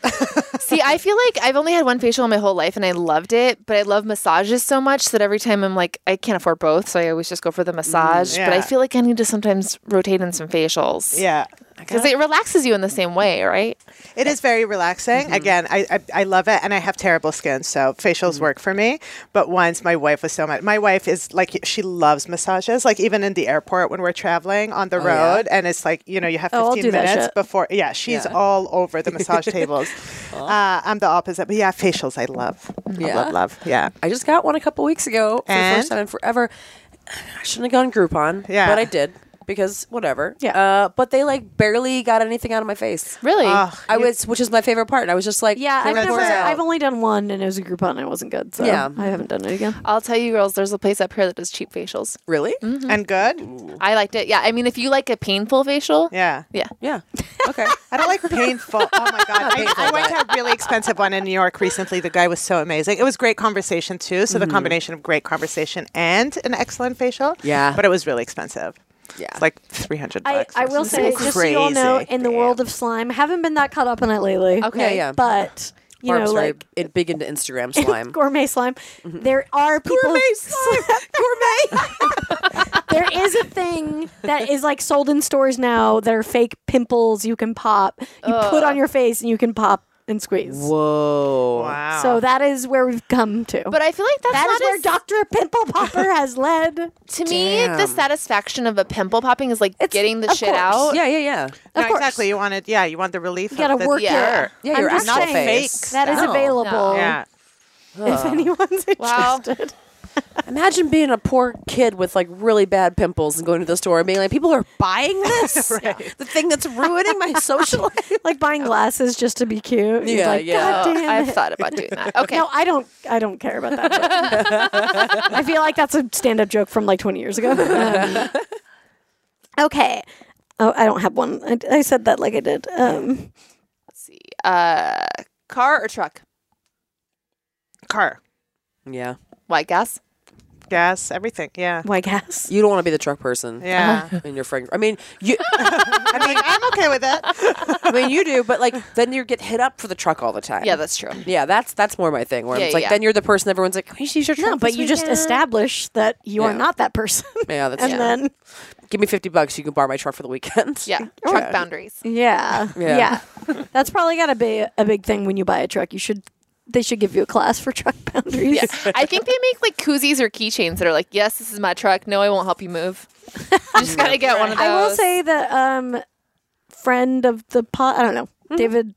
See, I feel like I've only had one facial in my whole life and I loved it, but I love massages so much that every time I'm like, I can't afford both, so I always just go for the massage. But I Mm, yeah. feel like I need to sometimes rotate in some facials. yeah. Because it relaxes you in the same way, right? It is very Mm-hmm. relaxing. Again, I, I I love it, and I have terrible skin, so facials Mm-hmm. work for me. But once my wife was so much. My wife is like she loves massages. Like even in the airport when we're traveling on the road, and it's like you know you have Oh, I'll fifteen do that minutes shit. before. Yeah, she's Yeah. all over the massage tables. Uh, I'm the opposite, but yeah, facials I love. I Yeah? love love. Yeah. I just got one a couple weeks ago for the And? first time in forever. I shouldn't have gone Groupon, Yeah. but I did because whatever. Yeah. uh, but they like barely got anything out of my face. Really? Mm-hmm. Ugh. I was, which is my favorite part. and I was just like, Yeah, I've, "Here it never, goes out." I've only done one, and it was a Groupon, and it wasn't good. So Yeah. I haven't done it again. I'll tell you, girls, there's a place up here that does cheap facials. really. And good. I liked it. Yeah. I mean, if you like a painful facial, Yeah. yeah. Yeah. Okay. I don't like painful. Oh my god! I, I went to a really expensive one in New York recently. The guy was so amazing. It was great conversation too. So the combination of great conversation and an excellent facial. Yeah. but it was really expensive. Yeah. it's like three hundred I, bucks. I or will say, something. just so you all know, Crazy. in the world of slime, haven't been that caught up in it lately. Okay. Yeah, yeah. But you Barb's know, very like it big into Instagram slime. Mm-hmm. gourmet slime, there are people. Gourmet slime, gourmet. there is a thing that is like sold in stores now that are fake pimples you can pop. You put on your face and you can pop and squeeze. Whoa. wow. So that is where we've come to. But I feel like that's that not is where as- Doctor Pimple Popper has led. to me, the Damn. satisfaction of a pimple popping is like getting the of shit course. out. Yeah, yeah, yeah. no, course. exactly. You wanted, yeah, you want the relief. You gotta of the, work Yeah. it. Yeah, I'm your just actual saying, face. That is No. available. Yeah, If anyone's Wow. interested. Imagine being a poor kid with like really bad pimples and going to the store and being like, people are buying this, the thing that's ruining my social life. like buying glasses just to be cute. You're Yeah, like, yeah. God Oh, damn I've it." thought about doing that. Okay. No, I don't. I don't care about that. joke. I feel like that's a stand-up joke from like 20 years ago. Um, okay. Oh, I don't have one. I, I said that like I did. Um, Let's see. Uh, car or truck? car. Yeah, White gas? gas, everything. Yeah. Why gas? You don't want to be the truck person. Yeah. In your friend, I mean, you, I mean, I'm okay with that. I mean, you do, but like, then you get hit up for the truck all the time. Yeah, that's true. yeah, that's that's more my thing. Where Yeah, it's like, yeah. then you're the person everyone's like, can we use your truck? No, but this you just weekend?" establish that you are Yeah. not that person. Yeah, that's and yeah. then give me fifty bucks, you can borrow my truck for the weekend. Yeah, truck boundaries. yeah, Yeah. yeah, that's probably got to be a big thing when you buy a truck. You should they should give you a class for truck boundaries. Yeah, I think they make like koozies or keychains that are like, yes, this is my truck. No, I won't help you move. You just gotta get one of those. I will say that um, friend of the pod, I don't know, David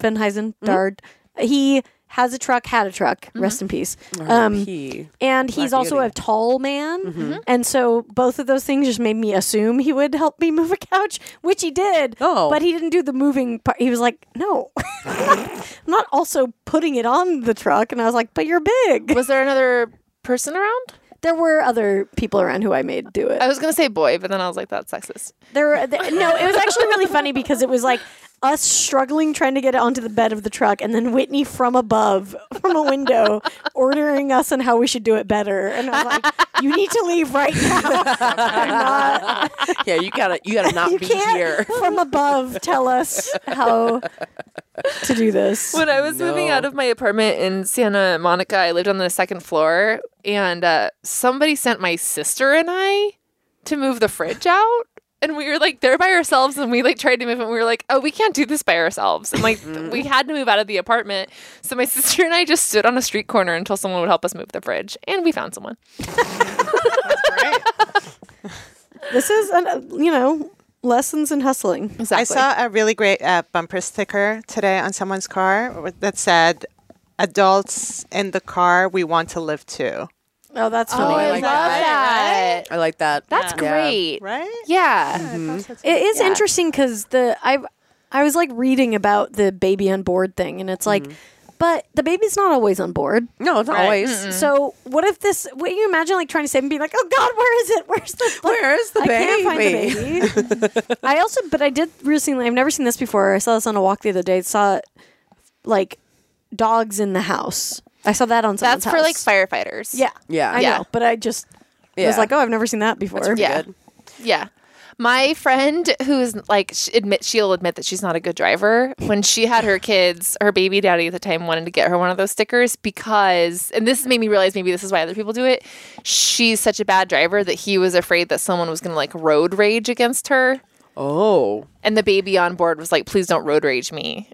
Van Huysen, Dard, he has a truck, had a truck, rest in peace. Um, He- and he's Black also Beauty. a tall man. And so both of those things just made me assume he would help me move a couch, which he did. Oh. But he didn't do the moving part. He was like, no, I'm not also putting it on the truck. And I was like, but you're big. was there another person around? There were other people around who I made do it. I was gonna say boy, but then I was like, that's sexist. There, were- th- no, it was actually really funny because it was like us struggling trying to get it onto the bed of the truck, and then Whitney from above, from a window, ordering us on how we should do it better. And I was like, "You need to leave right now. I'm not- yeah, you gotta you gotta not you be can't here. from above tell us how to do this." When I was moving No. out of my apartment in Santa Monica, I lived on the second floor, and uh, somebody sent my sister and I to move the fridge out. And we were like there by ourselves, and we like tried to move, it, and we were like, "Oh, we can't do this by ourselves." And like Mm. we had to move out of the apartment, so my sister and I just stood on a street corner until someone would help us move the fridge, and we found someone. This is, an, uh, you know, lessons in hustling. Exactly. I saw a really great uh, bumper sticker today on someone's car with- that said, "Adults in the car we want to live too." Oh, that's funny. I I like love that. that. I like that. That's Yeah. great. Right? Yeah. It is interesting 'cause interesting because the I I was like reading about the baby on board thing, and it's like, but the baby's not always on board. No, it's not always. So what if this? What you imagine like trying to save and be like, oh God, where is it? Where's the Where is the I can't find the baby. I also, but I did recently. I've never seen this before. I saw this on a walk the other day. I saw like dogs in the house. I saw that on someone's That's for like house. firefighters. Yeah, Yeah. I Yeah. know, but I just I was Yeah. like, oh, I've never seen that before. yeah. good. Yeah. My friend who's like sh admit she'll admit that she's not a good driver. When she had her kids, her baby daddy at the time wanted to get her one of those stickers because and this made me realize maybe this is why other people do it. She's such a bad driver that he was afraid that someone was going to like road rage against her. Oh, And the baby on board was like, "Please don't road rage me."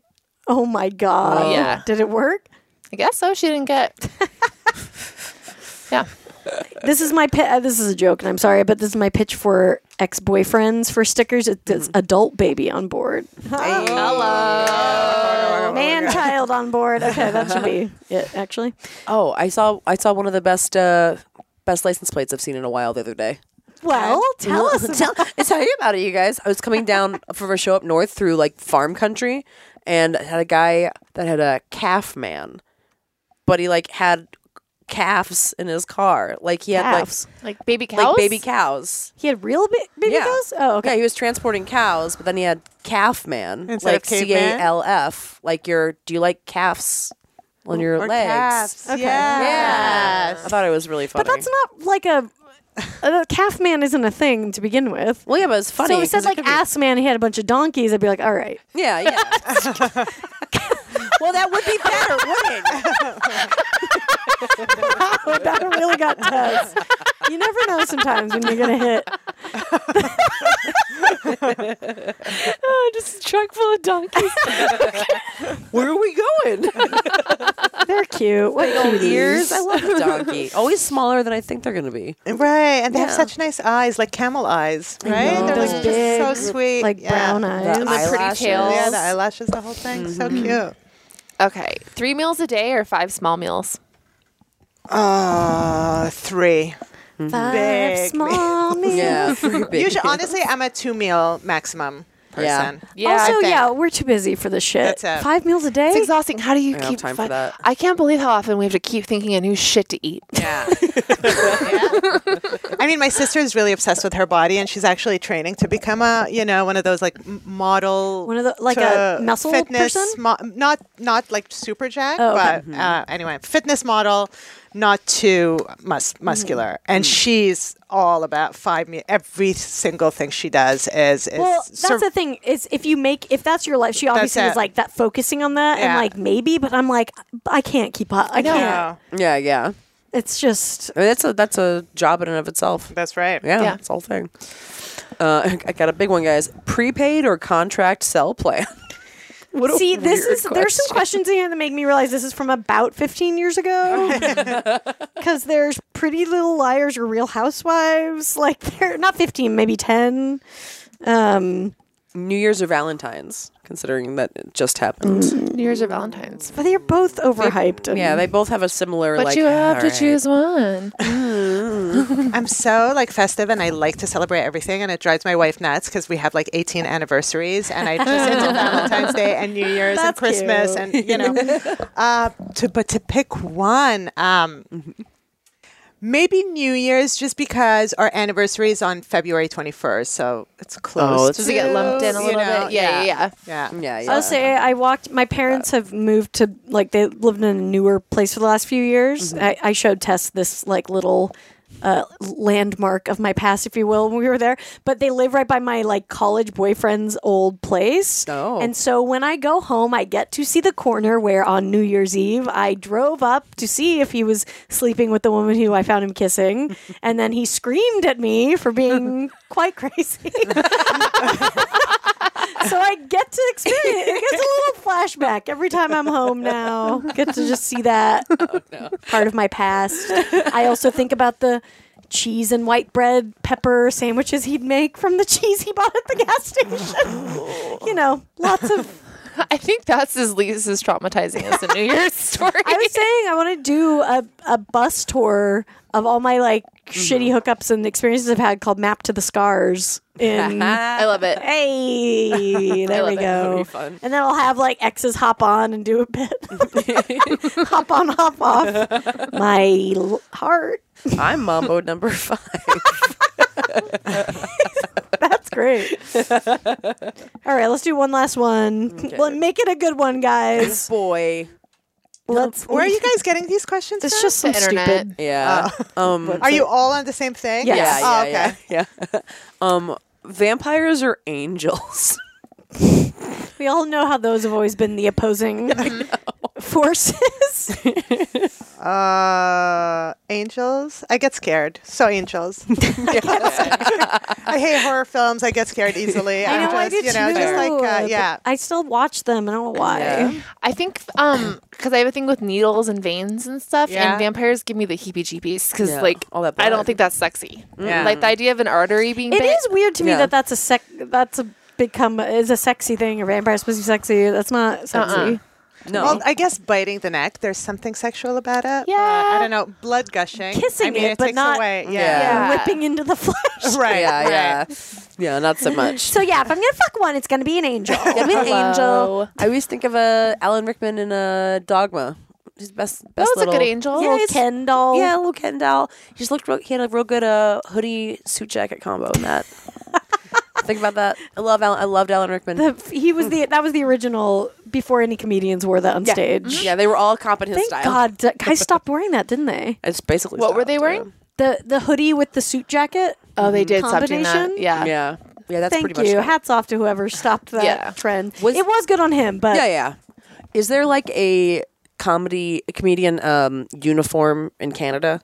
Oh my God. Yeah. Did it work? I guess so. She didn't get. yeah. this is my pit. This is a joke, and I'm sorry, but this is my pitch for ex boyfriends for stickers. It's, it's Mm-hmm. adult baby on board, man child on board. Okay, that should be it. Actually, oh, I saw I saw one of the best uh best license plates I've seen in a while the other day. well, tell us. tell, I tell you about it, you guys. I was coming down from a show up north through like farm country, and I had a guy that had a calf man, but he like had calves in his car. Like he had Calves? Like baby cows. like like baby cows. He had real ba- baby Yeah. cows. Oh, Yeah, okay. he was transporting cows, but then he had calf man, Instead of like C A caveman? L F. Like your, do you like calves on your Or legs? calves. Yeah. I thought it was really funny. but that's not like a, a calf man isn't a thing to begin with. well, yeah, but it's so funny. he 'cause said it like could be- ass man. He had a bunch of donkeys. I'd be like, all right. Yeah, yeah. well, that would be better, wouldn't it? Oh, that really got to us. You never know sometimes when you're gonna hit. Oh, just a truck full of donkeys. Where are we going? They're cute. What Little cuties. ears. I love a donkey. Always smaller than I think they're gonna be. Right, and they have such nice eyes, like camel eyes, right? They're Those like big, just so sweet, like Yeah. Oh, brown eyes. The the pretty eyelashes. tails. Yeah, the eyelashes, the whole thing, so cute. Okay, three meals a day or five small meals. Uh, three. Five Big. small meals. Yeah, pretty big. Usually, honestly, I'm a two meal maximum Yeah. person. Yeah, I also, think. yeah, we're too busy for this shit. That's it. Five meals a day. It's exhausting. How do you don't have keep time fi- for that. I can't believe how often we have to keep thinking of new shit to eat. Yeah. I mean, my sister is really obsessed with her body, and she's actually training to become a, you know, one of those like m- model, One of the- like to a muscle fitness person? mo- not not like super jack, Oh, okay. but uh, anyway, fitness model, not too mus- Mm-hmm. muscular. And she's all about five me. Every single thing she does is is Well, that's sur- the thing is if you make if that's your life, she obviously it. is like that focusing on that and Yeah. like maybe, but I'm like I can't keep up. I can't. Yeah, Yeah, yeah. It's just I mean, that's a that's a job in and of itself. that's right. Yeah, Yeah. it's a whole thing. Uh, I got a big one, guys. Prepaid or contract cell plan? what a see this weird is there's some questions in here that make me realize this is from about 15 years ago because there's Pretty Little Liars or Real Housewives. Like they're not 15, maybe 10. Um, New Year's or Valentine's, considering that it just happened. New Year's or Valentine's. but they're both overhyped. and- Yeah, they both have a similar. But like, you have "All to right." choose one. I'm so like festive and I like to celebrate everything and it drives my wife nuts because we have like 18 anniversaries and I just into Valentine's Day and New Year's and That's Christmas cute. and you know. uh, to, but to pick one, um, maybe New Year's just because our anniversary is on February 21st, so it's close. it's- Does it get lumped in a you little know, bit? Yeah, yeah, yeah. yeah. Yeah, yeah. I'll say I walked. My parents have moved to like they lived in a newer place for the last few years. I, I showed Tess this like little uh, landmark of my past, if you will, when we were there. But they live right by my like college boyfriend's old place. Oh. And so when I go home, I get to see the corner where on New Year's Eve I drove up to see if he was sleeping with the woman who I found him kissing, and then he screamed at me for being quite crazy. So I get to experience. It gets a little flashback every time I'm home now. Get to just see that part of my past. I also think about the cheese and white bread pepper sandwiches he'd make from the cheese he bought at the gas station. you know, lots of. I think that's as least as traumatizing as the New Year's story. I was saying I want to do a a bus tour of all my like shitty hookups and experiences I've had called Map to the Scars in. I love it. Hey, there love we it. go. That'd be fun. And then I'll have like exes hop on and do a bit. hop on, hop off. My l- heart. I'm Mambo number five. That's great. All right, let's do one last one. Well, make it a good one, guys. Boy. Let's. Where are you guys getting these questions? It's from? just some The internet. stupid. Yeah. um. Are you all on the same thing? Yes. Yeah. Yes. Oh, Yeah. okay. Yeah. yeah. um. Vampires or angels? We all know how those have always been the opposing forces. Uh, angels. I get scared. So angels. I, get scared. I hate horror films. I get scared easily. I know am just, I did you know, too. just like uh, but yeah. I still watch them. I don't know why. Yeah. I think um because I have a thing with needles and veins and stuff, Yeah. and vampires give me the heebie-jeebies because Yeah, like all that I don't blood. Mm. think that's sexy. Mm. Yeah. Like the idea of an artery being It bit, is weird to me Yeah. that that's a sec. That's a become is a sexy thing. A vampire's supposed to be sexy. That's not sexy. Uh-uh. No. Well, I guess biting the neck. There's something sexual about it. but I Yeah. don't know. Blood gushing. Kissing I mean, it, it, but takes not- away. Yeah. Yeah. Yeah, ripping into the flesh. Right. yeah. right. Yeah. Yeah. Not so much. So yeah, if I'm gonna fuck one, it's gonna be an angel. Gotta be an Hello. angel. I always think of uh, Alan Rickman in a uh, Dogma. His best, best That was little, a good angel. Yeah, it's- Ken doll. Yeah, little Ken doll. He just looked. Real, he had a real good uh, hoodie suit jacket combo in that. think about that. I love. Alan, I loved Alan Rickman. The, he was the that was the original before any comedians wore that on stage. yeah, they were all copping his Thank style. God, d- guys stopped wearing that, didn't they? It's basically What were style, they yeah. wearing? The the hoodie with the suit jacket. Oh, they did stop doing that. Combination? Yeah. Yeah, yeah. That's Thank pretty much you. it. Hats off to whoever stopped that Yeah. trend. Was- it was good on him, but Yeah, yeah. Is there like a comedy a comedian um, uniform in Canada?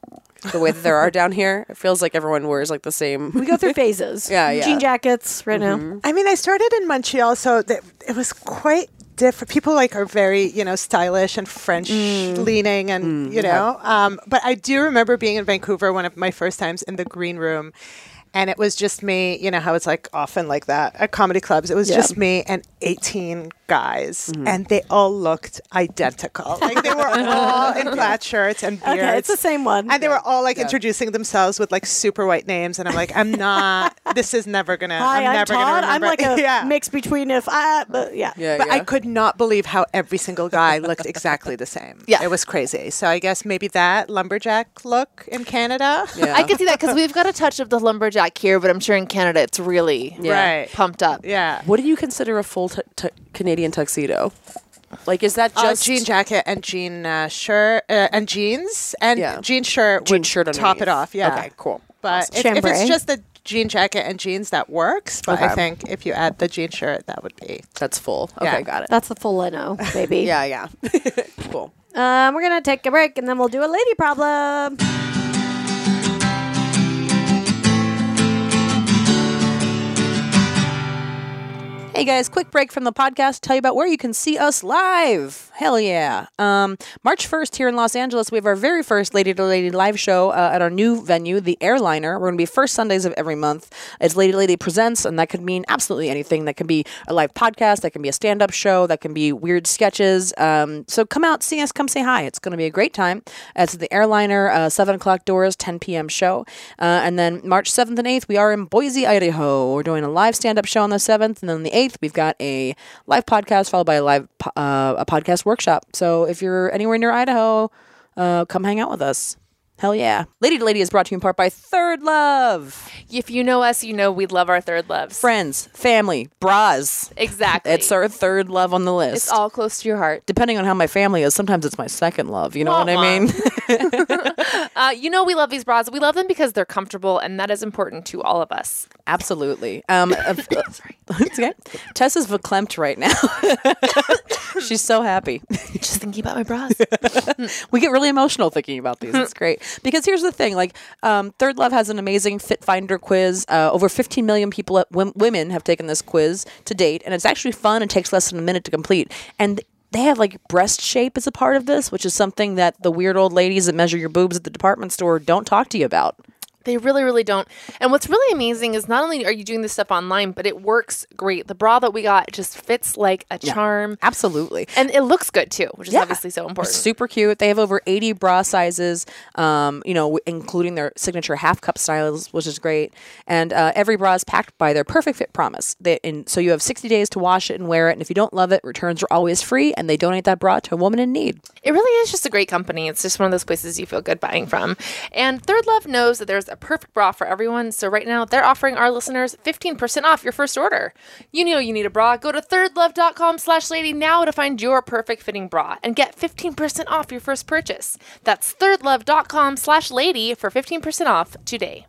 The way that there are down here, it feels like everyone wears like the same. we go through phases. Yeah, yeah. Mm-hmm. Jean jackets right now. I mean, I started in Montreal, so th- it was quite different. People like are very, you know, stylish and French Mm. leaning, and you know. Um, but I do remember being in Vancouver one of my first times in the green room, and it was just me. You know how it's like often like that at comedy clubs. It was just me and eighteen guys, Mm-hmm. and they all looked identical. like they were all in plaid shirts and beards. Okay, it's the same one. And they were all like introducing themselves with like super white names, and I'm like, I'm not. this is never gonna. Hi, I'm, I'm, never Todd. gonna I'm remember. like a yeah. mix between if I, but yeah. Yeah, But I yeah. could not believe how every single guy looked exactly the same. Yeah. it was crazy. So I guess maybe that lumberjack look in Canada. Yeah. I could see that because we've got a touch of the lumberjack here, but I'm sure in Canada it's really Right. pumped up. Yeah. What do you consider a full tu- tu- Canadian tuxedo? Like, is that Uh, just jean jacket and jean uh, shirt uh, and jeans and Yeah. jean shirt jean would shirt underneath? top it off. Yeah. Okay, cool. But if, if Chambray. it's just the jean jacket and jeans, that works. But I Okay. think if you add the jean shirt, that would be That's full. Okay, Yeah. got it. That's the full Leno, baby. yeah, yeah. cool. Um, we're gonna take a break and then we'll do a lady problem. Hey guys, quick break from the podcast to tell you about where you can see us live. Hell yeah. Um, March 1st here in Los Angeles, we have our very first Lady to Lady live show uh, at our new venue, The Airliner. We're going to be first Sundays of every month. It's Lady to Lady Presents, and that could mean absolutely anything. That can be a live podcast, that can be a stand up show, that can be weird sketches. Um, so come out, see us, come say hi. It's going to be a great time. It's at The Airliner, uh, 7 o'clock doors, 10 p.m. show. Uh, and then March 7th and 8th, we are in Boise, Idaho. We're doing a live stand up show on the 7th. And then on the 8th, we've got a live podcast followed by a live po- uh, a podcast workshop. So if you're anywhere near Idaho, uh, come hang out with us. Hell yeah. Lady to Lady is brought to you in part by Third Love. If you know us, you know we love our third loves. Friends, family, bras. Exactly. It's our third love on the list. It's all close to your heart. Depending on how my family is, sometimes it's my second love. You know what Wah-wah. I mean? Uh, you know we love these bras. We love them because they're comfortable, and that is important to all of us. Absolutely. Um, of- it's okay. Tess is verklempt right now. She's so happy. Just thinking about my bras. We get really emotional thinking about these. It's great because here's the thing: like, um, Third Love has an amazing Fit Finder quiz. Uh, over 15 million people, uh, wom- women, have taken this quiz to date, and it's actually fun and takes less than a minute to complete. And they have like breast shape as a part of this, which is something that the weird old ladies that measure your boobs at the department store don't talk to you about. They really, really don't. And what's really amazing is not only are you doing this stuff online, but it works great. The bra that we got just fits like a charm, Absolutely. and it looks good too, which is Yeah. obviously so important. Super cute. They have over 80 bra sizes, um, you know, w- including their signature half cup styles, which is great. And uh, every bra is packed by their perfect fit promise. They, and so you have 60 days to wash it and wear it. And if you don't love it, returns are always free. And they donate that bra to a woman in need. It really is just a great company. It's just one of those places you feel good buying from. And Third Love knows that there's a perfect bra for everyone. So right now they're offering our listeners 15% off your first order. You know you need a bra. Go to thirdlove.com slash lady now to find your perfect fitting bra and get 15% off your first purchase. That's thirdlove.com slash lady for 15% off today.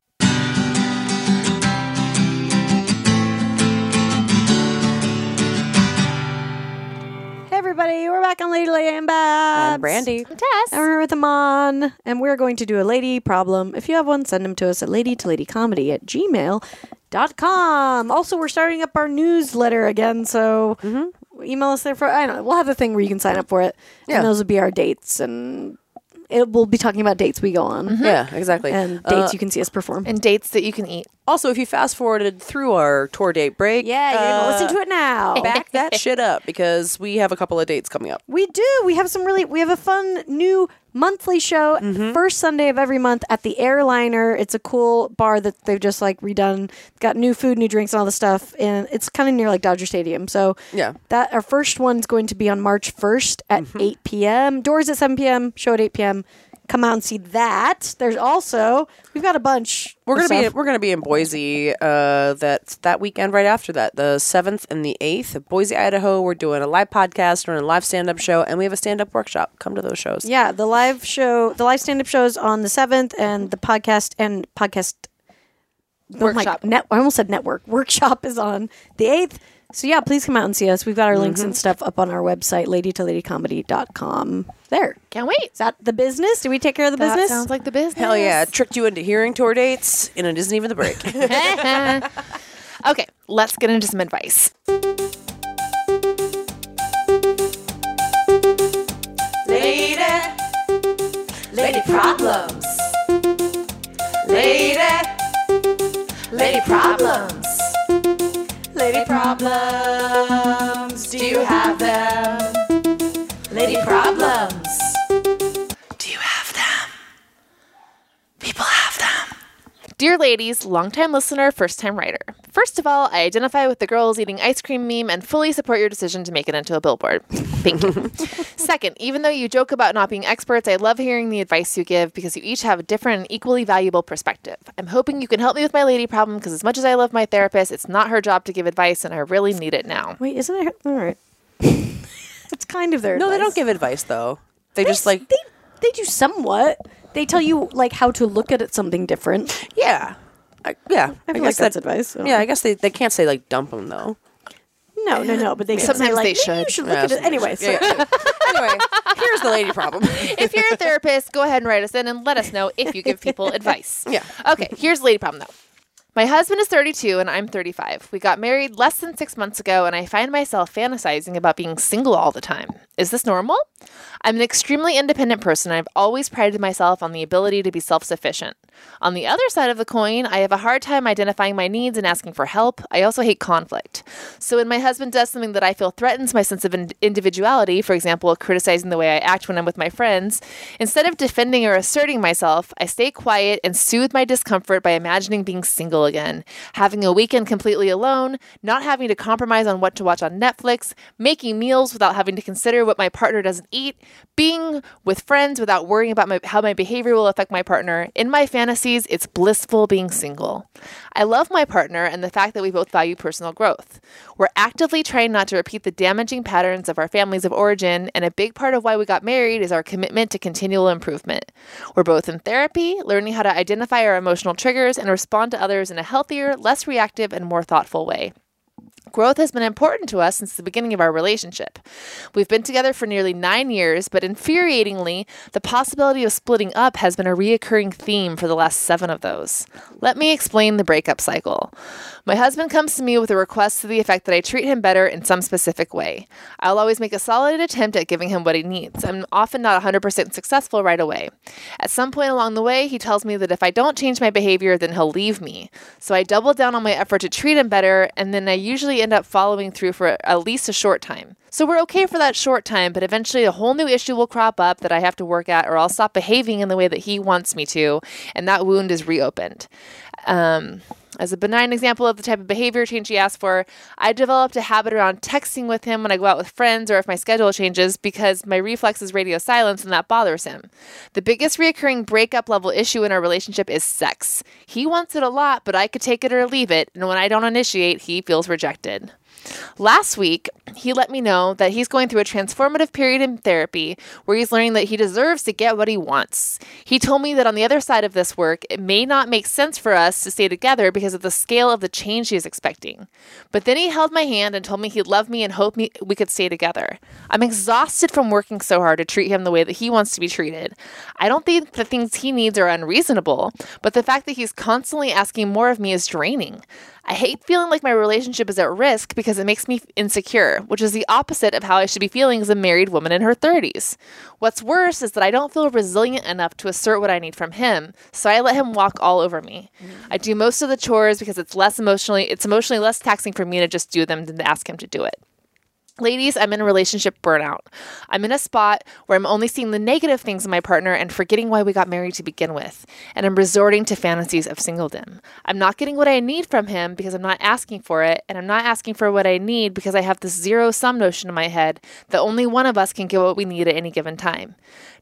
Hey everybody, we're back on Lady Lady and Babs. And Brandy. And we're with Amon, and we're going to do a lady problem. If you have one, send them to us at lady to lady comedy at gmail.com. Also, we're starting up our newsletter again, so Mm-hmm. email us there for I don't know. We'll have a thing where you can sign up for it. And those will be our dates and it we'll be talking about dates we go on. Mm-hmm. Yeah, exactly. And Uh, dates you can see us perform. And dates that you can eat. also, if you fast forwarded through our tour date break, yeah, you're gonna uh, listen to it now. Back that shit up because we have a couple of dates coming up. We do. We have some really. We have a fun new monthly show, first Sunday of every month at the Airliner. It's a cool bar that they've just like redone. It's got new food, new drinks, and all this stuff, and it's kind of near like Dodger Stadium. So Yeah. that our first one's going to be on March first at eight p.m. Doors at seven p.m. Show at eight p.m. Come out and see that. There's also we've got a bunch. We're of gonna be stuff. we're gonna be in Boise uh, that that weekend right after that the seventh and the eighth Boise Idaho we're doing a live podcast we're doing a live stand up show and we have a stand up workshop come to those shows Yeah, the live show, the live stand up show is on the 7th, and the podcast and podcast oh my- Workshop. net, I almost said network. Workshop is on the 8th. So, yeah, please come out and see us. We've got our links Mhm. and stuff up on our website, ladytoladycomedy.com. There. Can't wait. Is that the business? Did we take care of the business? sounds like the business. hell yeah tricked you into hearing tour dates and it isn't even the break Okay, let's get into some advice. Dear ladies, longtime listener, first time writer. First of all, I identify with the girls eating ice cream meme and fully support your decision to make it into a billboard. Thank you. Second, even though you joke about not being experts, I love hearing the advice you give because you each have a different and equally valuable perspective. I'm hoping you can help me with my lady problem because, as much as I love my therapist, it's not her job to give advice and I really need it now. Wait, isn't it? All right. That's kind of their. No, they advice. don't give advice though. They just like they they do somewhat. They tell you like how to look at it something different. yeah, I, yeah. I feel like guess that's that- advice. Yeah, I guess they, they can't say like dump them though. No, no, no. But they can Sometimes say, like, they "Maybe You should. should look Yeah, at it sometimes- anyway. So yeah, yeah. anyway, here's the lady problem. if you're a therapist, go ahead and write us in and let us know if you give people advice. Yeah. Okay, here's the lady problem though. My husband is 32 and I'm 35. We got married less than six months ago, and I find myself fantasizing about being single all the time. Is this normal? I'm an extremely independent person. I've always prided myself on the ability to be self sufficient. On the other side of the coin, I have a hard time identifying my needs and asking for help. I also hate conflict. So when my husband does something that I feel threatens my sense of in- individuality, for example, criticizing the way I act when I'm with my friends, instead of defending or asserting myself, I stay quiet and soothe my discomfort by imagining being single again, having a weekend completely alone, not having to compromise on what to watch on Netflix, making meals without having to consider what my partner doesn't eat, being with friends without worrying about my, how my behavior will affect my partner. In my fantasies, it's blissful being single. I love my partner and the fact that we both value personal growth. We're actively trying not to repeat the damaging patterns of our families of origin, and a big part of why we got married is our commitment to continual improvement. We're both in therapy, learning how to identify our emotional triggers and respond to others in a healthier, less reactive, and more thoughtful way. Growth has been important to us since the beginning of our relationship. We've been together for nearly nine years, but infuriatingly, the possibility of splitting up has been a reoccurring theme for the last seven of those. Let me explain the breakup cycle. My husband comes to me with a request to the effect that I treat him better in some specific way. I'll always make a solid attempt at giving him what he needs. I'm often not 100% successful right away. At some point along the way, he tells me that if I don't change my behavior, then he'll leave me. So I double down on my effort to treat him better, and then I usually end up following through for at least a short time. So we're okay for that short time, but eventually a whole new issue will crop up that I have to work at, or I'll stop behaving in the way that he wants me to, and that wound is reopened. Um, as a benign example of the type of behavior change he asked for, I developed a habit around texting with him when I go out with friends or if my schedule changes because my reflex is radio silence and that bothers him. The biggest reoccurring breakup level issue in our relationship is sex. He wants it a lot, but I could take it or leave it, and when I don't initiate, he feels rejected. Last week, he let me know that he's going through a transformative period in therapy where he's learning that he deserves to get what he wants. He told me that on the other side of this work, it may not make sense for us to stay together because of the scale of the change he is expecting. But then he held my hand and told me he loved me and hoped me- we could stay together. I'm exhausted from working so hard to treat him the way that he wants to be treated. I don't think the things he needs are unreasonable, but the fact that he's constantly asking more of me is draining. I hate feeling like my relationship is at risk because it makes me insecure, which is the opposite of how I should be feeling as a married woman in her 30s. What's worse is that I don't feel resilient enough to assert what I need from him, so I let him walk all over me. I do most of the chores because it's less emotionally it's emotionally less taxing for me to just do them than to ask him to do it. Ladies, I'm in a relationship burnout. I'm in a spot where I'm only seeing the negative things in my partner and forgetting why we got married to begin with. And I'm resorting to fantasies of singledom. I'm not getting what I need from him because I'm not asking for it. And I'm not asking for what I need because I have this zero sum notion in my head that only one of us can get what we need at any given time.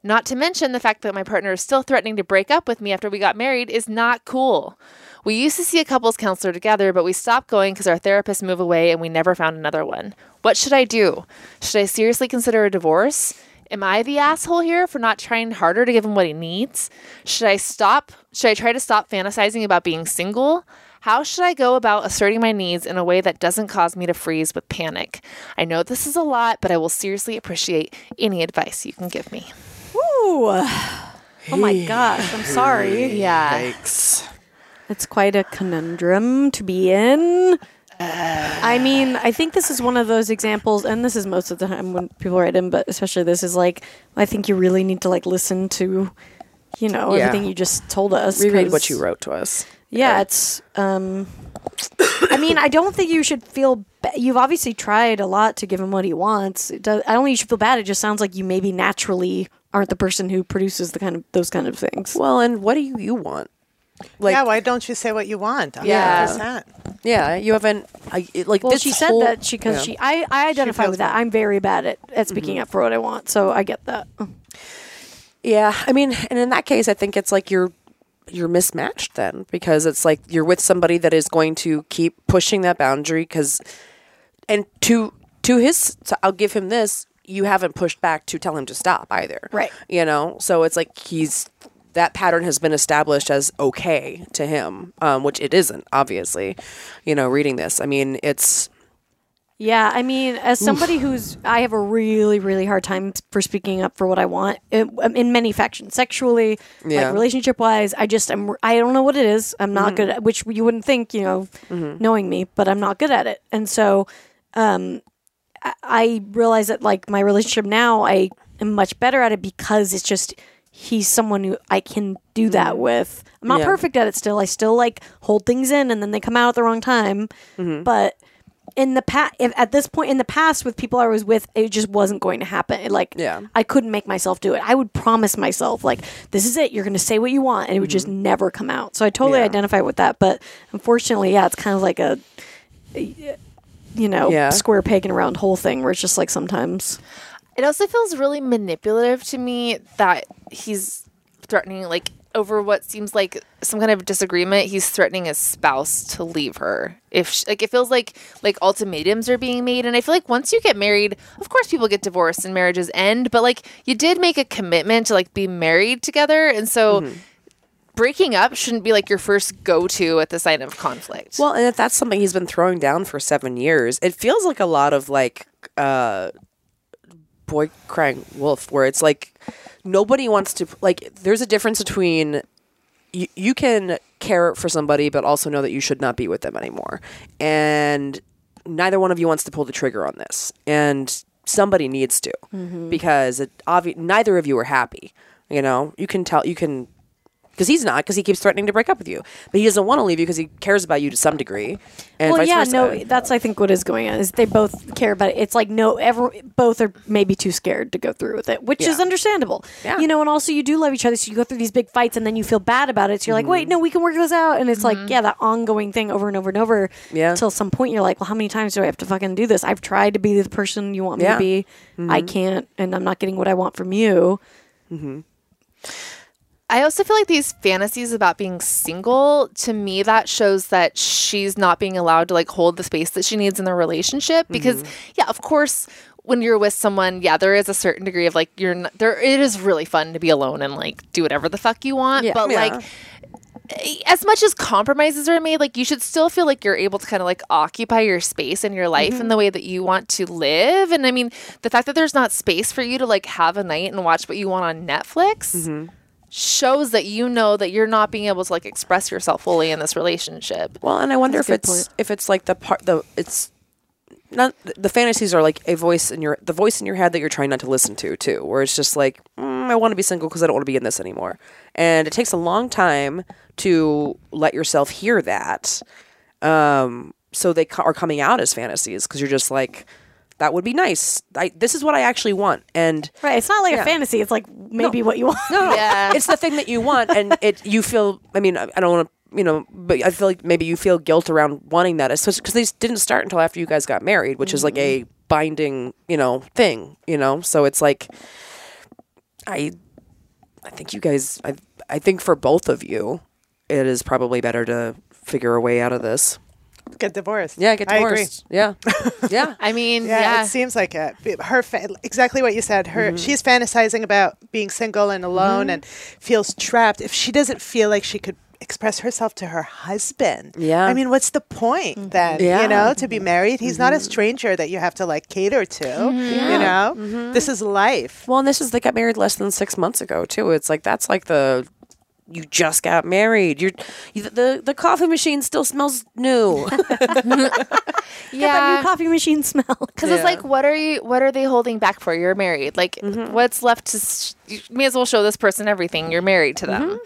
Not to mention the fact that my partner is still threatening to break up with me after we got married is not cool. We used to see a couples counselor together, but we stopped going because our therapists moved away and we never found another one. What should I do? Should I seriously consider a divorce? Am I the asshole here for not trying harder to give him what he needs? Should I stop? Should I try to stop fantasizing about being single? How should I go about asserting my needs in a way that doesn't cause me to freeze with panic? I know this is a lot, but I will seriously appreciate any advice you can give me. Ooh. Oh my gosh, I'm sorry. Yeah. Yikes. It's quite a conundrum to be in. Uh. I mean, I think this is one of those examples, and this is most of the time when people write in, but especially this is like, I think you really need to like listen to, you know, Yeah. everything you just told us. Reread what 'cause- you wrote to us. Yeah, it's. Um, I mean, I don't think you should feel. Ba- You've obviously tried a lot to give him what he wants. It does, I don't think you should feel bad. It just sounds like you maybe naturally aren't the person who produces the kind of those kind of things. Well, and what do you, you want? Like, yeah, why don't you say what you want? Yeah. yeah. yeah, you haven't. I, it- like, Well, this she said whole- that she because yeah. she I, I identify feels with that. bad. I'm very bad at at speaking Mm-hmm. up for what I want, so I get that. Yeah, I mean, and in that case, I think it's like you're you're mismatched then because it's like you're with somebody that is going to keep pushing that boundary because and to to his so I'll give him this you haven't pushed back to tell him to stop either. Right. You know, so it's like he's that pattern has been established as okay to him, um, which it isn't, obviously. You know, reading this, I mean, it's Yeah, I mean, as somebody who's, I have a really, really hard time for speaking up for what I want in, um, in many factions, sexually, Yeah. like relationship wise. I just, I'm, I don't know what it is. I'm not good at, which you wouldn't think, you know, knowing me, but I'm not good at it. And so, um, I, I realize that like my relationship now, I am much better at it because it's just, he's someone who I can do that with. I'm not Mm-hmm. Yeah. perfect at it still. I still like hold things in and then they come out at the wrong time. Mm-hmm. But, in the past at this point in the past with people i was with it just wasn't going to happen It, like Yeah. i couldn't make myself do it i would promise myself like this is it you're going to say what you want and it would just never come out so i totally Mm-hmm. Yeah. identify with that but unfortunately yeah it's kind of like a you know Yeah. square peg in a round hole thing where it's just like sometimes It also feels really manipulative to me that he's threatening, like, over what seems like some kind of disagreement. He's threatening his spouse to leave her. If sh like, it feels like like ultimatums are being made, and I feel like once you get married, of course, people get divorced and marriages end. But like, you did make a commitment to like be married together, and so. Breaking up shouldn't be like your first go to at the sign of conflict. Well, and if that's something he's been throwing down for seven years, it feels like a lot of like uh, boy crying wolf, where it's like nobody wants to like. There's a difference between you, you can care for somebody, but also know that you should not be with them anymore, and neither one of you wants to pull the trigger on this, and somebody needs to Mm-hmm. because it obvi- neither of you are happy. You know, you can tell you can because he's not because he keeps threatening to break up with you but he doesn't want to leave you because he cares about you to some degree and well vice yeah versa. no that's i think what is going on is they both care about it it's like no ever both are maybe too scared to go through with it which is understandable Yeah. you know and also you do love each other so you go through these big fights and then you feel bad about it so you're like wait Mm-hmm. no we can work this out and it's like yeah that ongoing thing over and over and over Yeah. till some point you're like well how many times do i have to fucking do this i've tried to be the person you want me Yeah. to Mm-hmm. be i can't and i'm not getting what i want from you I also feel like these fantasies about being single, to me, that shows that she's not being allowed to like hold the space that she needs in the relationship. Because, yeah, of course, when you're with someone, yeah, there is a certain degree of like, you're not, there, it is really fun to be alone and like do whatever the fuck you want. But, like, eh, as much as compromises are made, like you should still feel like you're able to kind of like occupy your space in your life in the way that you want to live. And I mean, the fact that there's not space for you to like have a night and watch what you want on Netflix shows that you know that you're not being able to like express yourself fully in this relationship. well and i wonder if good it's if it's like the part the it's not the fantasies are like a voice in your the voice in your head that you're trying not to listen to too where it's just like mm, i want to be single because i don't want to be in this anymore and it takes a long time to let yourself hear that um so they co- are coming out as fantasies because you're just like that would be nice I, this is what i actually want and right it's not like Yeah. a fantasy it's like maybe what you want Yeah. it's the thing that you want and it you feel i mean i, I don't want to you know but i feel like maybe you feel guilt around wanting that especially because these didn't start until after you guys got married which is like a binding you know thing you know so it's like i i think you guys i i think for both of you it is probably better to figure a way out of this Get divorced. yeah get I agree. divorced yeah yeah Mm-hmm. I mean, Yeah, yeah. it seems like it. B- Her fa- exactly what you said. Her she's fantasizing about being single and alone and feels trapped if she doesn't feel like she could express herself to her husband. Yeah. I mean, what's the point then? Yeah. Mm-hmm. You know, to be married, he's not a stranger that you have to like cater to. You know, Mm-hmm. this is life. Well, and this is they got married less than six months ago too. It's like that's like the you just got married. You're you, the the coffee machine still smells new. yeah. new coffee machine smell Because it's like, what are you? What are they holding back for? You're married. Like, what's left to? Sh- you may as well show this person everything. You're married to them.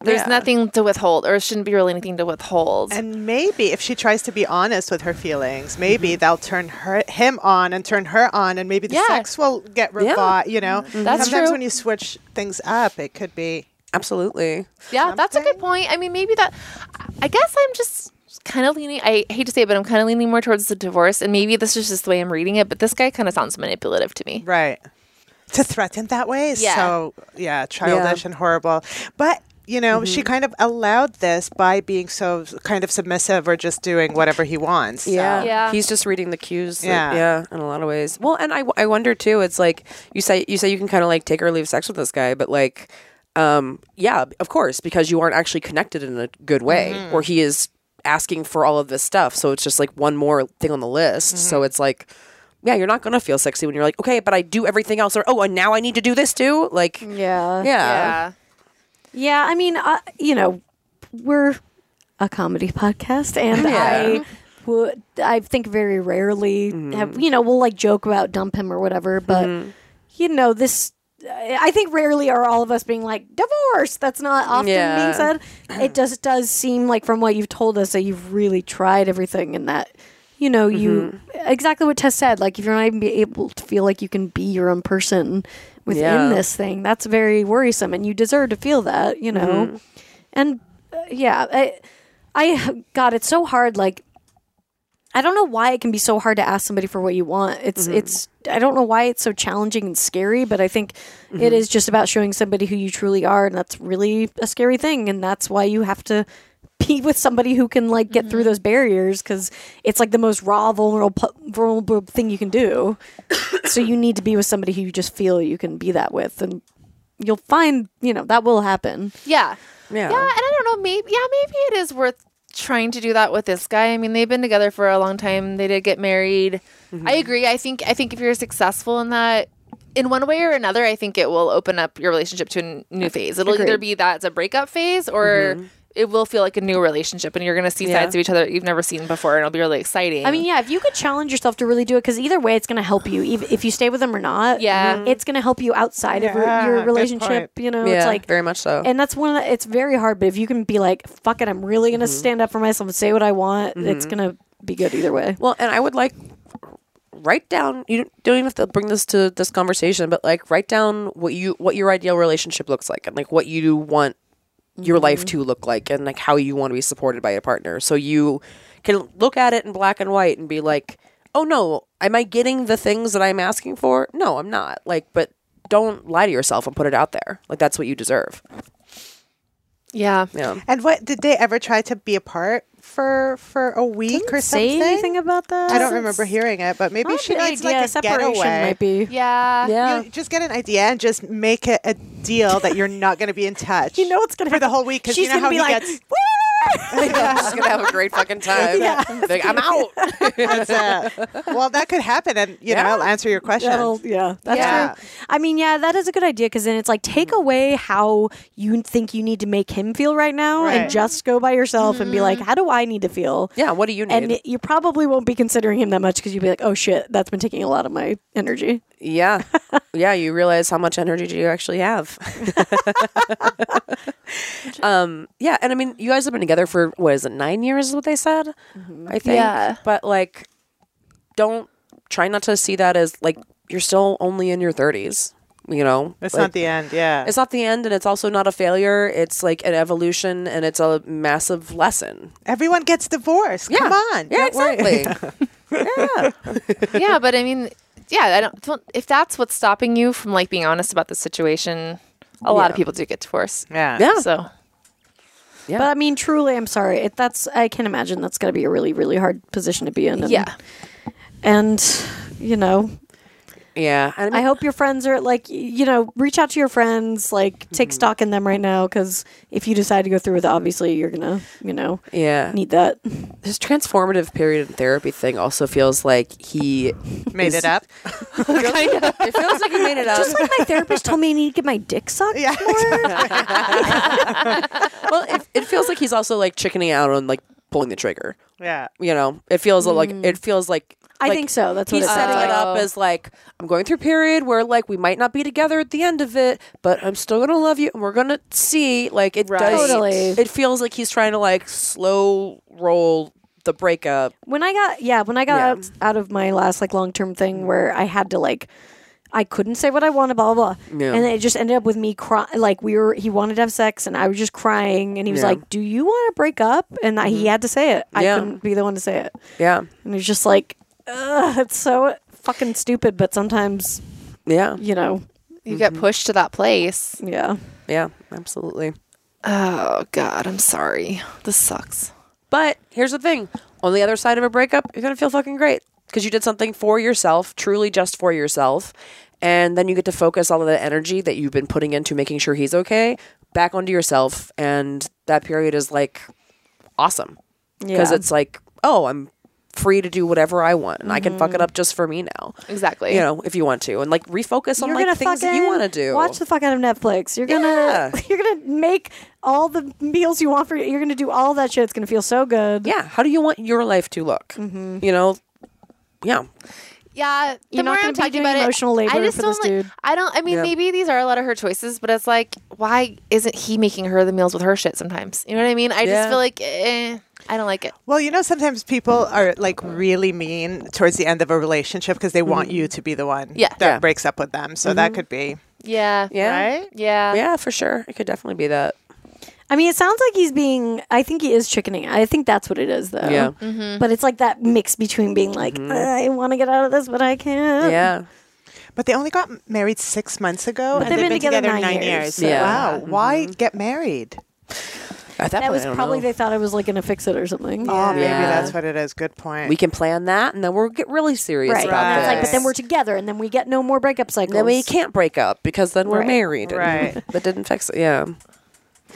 There's Yeah. nothing to withhold, or shouldn't be really anything to withhold. And maybe if she tries to be honest with her feelings, maybe that'll turn her him on and turn her on, and maybe the Mm-hmm. Yeah. Mm-hmm. sex will get revived. You know, That's sometimes true. when you switch things up, it could be Absolutely. yeah, that's a good point. I mean, maybe that. I guess I'm just kind of leaning. I hate to say it, but I'm kind of leaning more towards the divorce. And maybe this is just the way I'm reading it. But this guy kind of sounds manipulative to me. Right. To threaten that way is Yeah. so, yeah, childish and horrible. But you know, she Mm-hmm. kind of allowed this by being so kind of submissive or just doing whatever he wants. Yeah. Yeah. He's just reading the cues. that- Yeah. yeah. In a lot of ways. Well, and I, w- I wonder too, it's like you say, you say you can kind of like take or leave sex with this guy, but like, um, yeah, of course, because you aren't actually connected in a good way or he is asking for all of this stuff. So it's just like one more thing on the list. So it's like, yeah, you're not going to feel sexy when you're like, okay, but I do everything else or, oh, and now I need to do this too. Like, Mm. yeah. Yeah. yeah. Yeah, I mean, uh, you know, we're a comedy podcast, and I would, I think very rarely Mm-hmm. have, you know, we'll like joke about dump him or whatever, but you know, this. I I think rarely are all of us being like divorce. That's not often Yeah. being said. It just does seem like from what you've told us that you've really tried everything, and that you know you Mm-hmm. exactly what Tess said. Like if you're not even be able to feel like you can be your own person within Yeah. this this thing. That's very worrisome, and you deserve to feel that, you know. Mm-hmm. And uh, yeah, I, I, God, it's so hard. Like, I don't know why it can be so hard to ask somebody for what you want. It's, it's, I don't know why it's so challenging and scary, but I think it is just about showing somebody who you truly are, and that's really a scary thing, and that's why you have to be with somebody who can like get through those barriers because it's like the most raw vulnerable vulnerable thing you can do so you need to be with somebody who you just feel you can be that with and you'll find you know that will happen Yeah. Yeah, Uh, and I don't know, maybe yeah, maybe it is worth trying to do that with this guy. I mean, they've been together for a long time. They did get married. I agree. I think I think if you're successful in that in one way or another, I think it will open up your relationship to a n- new phase. It'll either be that it's a breakup phase or it will feel like a new relationship and you're going to see sides of each other you've never seen before and it'll be really exciting. i mean yeah if you could challenge yourself to really do it because either way it's going to help you ev- if you stay with them or not Mm-hmm. Yeah. Mhm. it's going to help you outside of Yeah, your, your good relationship point. you know Yeah, it's like very much so. and that's one of the, it's very hard but if you can be like fuck it i'm really going Mm-hmm. to stand up for myself and say what i want it's going to be good either way Well, and I would like write down. You don't- don't even have to bring this to this conversation, but like write down what you what your ideal relationship looks like, and like what you want your life to look like, and like how you want to be supported by a partner. So you can look at it in black and white and be like, oh no, am I getting the things that I'm asking for? No, I'm not. Like, but don't lie to yourself and put it out there. Like that's what you deserve. yeah. Yeah. And what did they ever try to be apart for for a week or something? say anything about that I don't remember hearing it, but maybe she needs idea like a separation getaway. might be Yeah. Yeah. You just get an idea and just make it a deal that you're not going to be in touch. you know what's going to for happen the whole week because she's you know how gonna he be like gets. She's gonna have a great fucking time. Like, I'm out. That's it. Well, that could happen, and you know, I'll answer your question. That'll- yeah, that's Yeah. true. I mean, yeah, that is a good idea because then it's like take away how you think you need to make him feel right now, and Right. just go by yourself and be like, how do I need to feel? yeah. What do you need? And it- you probably won't be considering him that much because you'll be like, oh shit, that's been taking a lot of my energy. Yeah. yeah, you realize how much energy do you actually have. um yeah, and I mean you guys have been together for what is it, nine years is what they said? Mm-hmm. I think. Yeah. But like don't try not to see that as like you're still only in your thirties. You know? It's Like, not the end. Yeah. it's not the end and it's also not a failure. It's like an evolution and it's a massive lesson. Everyone gets divorced. Come on. Yeah, Don't worry. exactly. yeah. yeah, but I mean, yeah, I don't. don't- If that's what's stopping you from like being honest about the situation, a lot of people do get divorced. Yeah. Yeah. So Yeah. But I mean, truly, I'm sorry. It, that's I can imagine that's going to be a really, really hard position to be in. And, yeah, and you know, Yeah. And I hope your friends are like, y- you know, reach out to your friends, like take Mm-hmm. stock in them right now. Cause if you decide to go through with it, obviously you're gonna, you know, yeah. need that. This transformative period in therapy thing also feels like he Made is- it up. kind of. It feels like he made it up. Just like my therapist told me I need to get my dick sucked Yeah. more. well, it, it feels like he's also like chickening out on like pulling the trigger. Yeah. You know, it feels like it feels like. I like think so. That's what He's it sounds setting it like. up as like I'm going through a period where like we might not be together at the end of it, but I'm still gonna love you, and we're gonna see. Like it does. Totally. It feels like he's trying to like slow roll the breakup. When I got, yeah, when I got Yeah. out, out of my last like long term thing where I had to like, I couldn't say what I wanted, blah, blah, blah. Yeah. And it just ended up with me crying. Like we were, he wanted to have sex and I was just crying. And he was Yeah. Mm-hmm. like, do you want to break up? And I, he had to say it. Yeah. I couldn't be the one to say it. Yeah. And it's just like, ugh, it's so fucking stupid, but sometimes, Yeah. you know, Mm-hmm. you get pushed to that place. yeah. Yeah. Absolutely. Oh God, I'm sorry. This sucks. But here's the thing on the other side of a breakup, you're going to feel fucking great because you did something for yourself, truly just for yourself. And then you get to focus all of the energy that you've been putting into making sure he's okay back onto yourself. And that period is like awesome because Yeah. it's like, oh, I'm free to do whatever I want and I can Mm-hmm. fuck it up just for me now. Exactly. You know, if you want to. And like refocus on like things that you want to fucking do. Watch the fuck out of Netflix. You're gonna Yeah. you're gonna make all the meals you want for you're gonna do all that shit. It's gonna feel so good. yeah. How do you want your life to look? Mm-hmm. You know, yeah. Yeah, the You're not more gonna I'm be talking doing about emotional it, labor I just for don't this like, dude. I don't. I mean, Yeah. maybe these are a lot of her choices, but it's like, why isn't he making her the meals with her shit sometimes? You know what I mean? I Yeah. just feel like, eh, I don't like it. Well, you know, sometimes people are like really mean towards the end of a relationship because they want Mm-hmm. you to be the one Yeah. that Yeah. breaks up with them. So that could be Yeah. Yeah. right. Yeah. Yeah, for sure. It could definitely be that. I mean, it sounds like he's being. I think he is chickening. I think that's what it is, though. Yeah. Mm-hmm. But it's like that mix between being like, I want to get out of this, but I can't. Yeah. But they only got m- married six months ago, and they've been together nine years, so- Yeah. Mm-hmm. Wow, why get married? At that, That point, was I don't probably know. they thought I was like gonna fix it or something. Oh, maybe Yeah. that's what it is. Good point. we can plan that, and then we'll get really serious Right. about And this. it's like, but then Right. we're together, and then we get no more breakup cycles. then we can't break up because then we're Right. married. and Right. that didn't fix it. Yeah.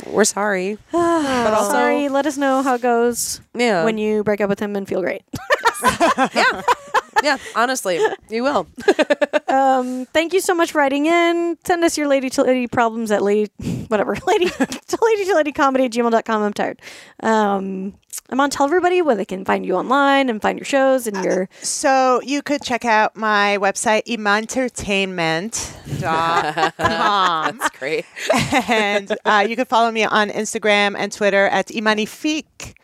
We're sorry. but also- Uh, sorry. Let us know how it goes Yeah. when you break up with him and feel great. yeah. Honestly, you will. um, thank you so much for writing in. Send us your lady to lady problems at lady, whatever, lady to lady to lady comedy at gmail.com. I'm tired. Um, I'm on tell everybody where they can find you online and find your shows and your. So you could check out my website, imantertainment.com. That's great. and uh, you can follow me on Instagram and Twitter at Imanifique.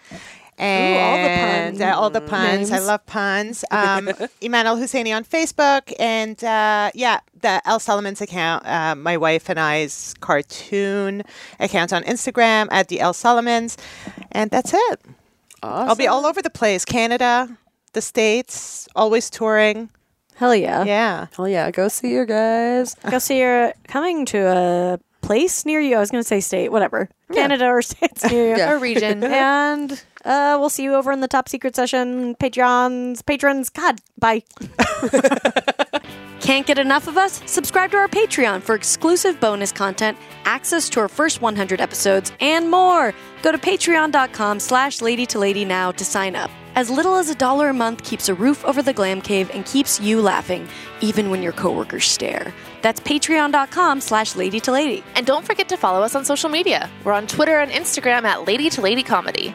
And pun uh, all the puns. I names. love puns. Um, Iman Al Husseini on Facebook. And uh, yeah, the El Solomons account, uh, my wife and I's cartoon account on Instagram at the El Solomons. And that's it. I'll be all over the place Canada, the States, always touring. Hell yeah. Yeah. Oh yeah, go see your guys. Go see you're coming to a place near you. I was going to say state, whatever. Canada or states near you. A region. And uh, we'll see you over in the top secret session. Patreons, patrons, God, bye. Can't get enough of us? Subscribe to our Patreon for exclusive bonus content, access to our first 100 episodes, and more. Go to patreon.com slash lady to lady now to sign up. As little as a dollar a month keeps a roof over the glam cave and keeps you laughing, even when your coworkers stare. That's patreon.com slash lady to lady. And don't forget to follow us on social media. We're on Twitter and Instagram at Lady to Lady Comedy.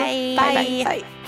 Bye. Bye. Bye.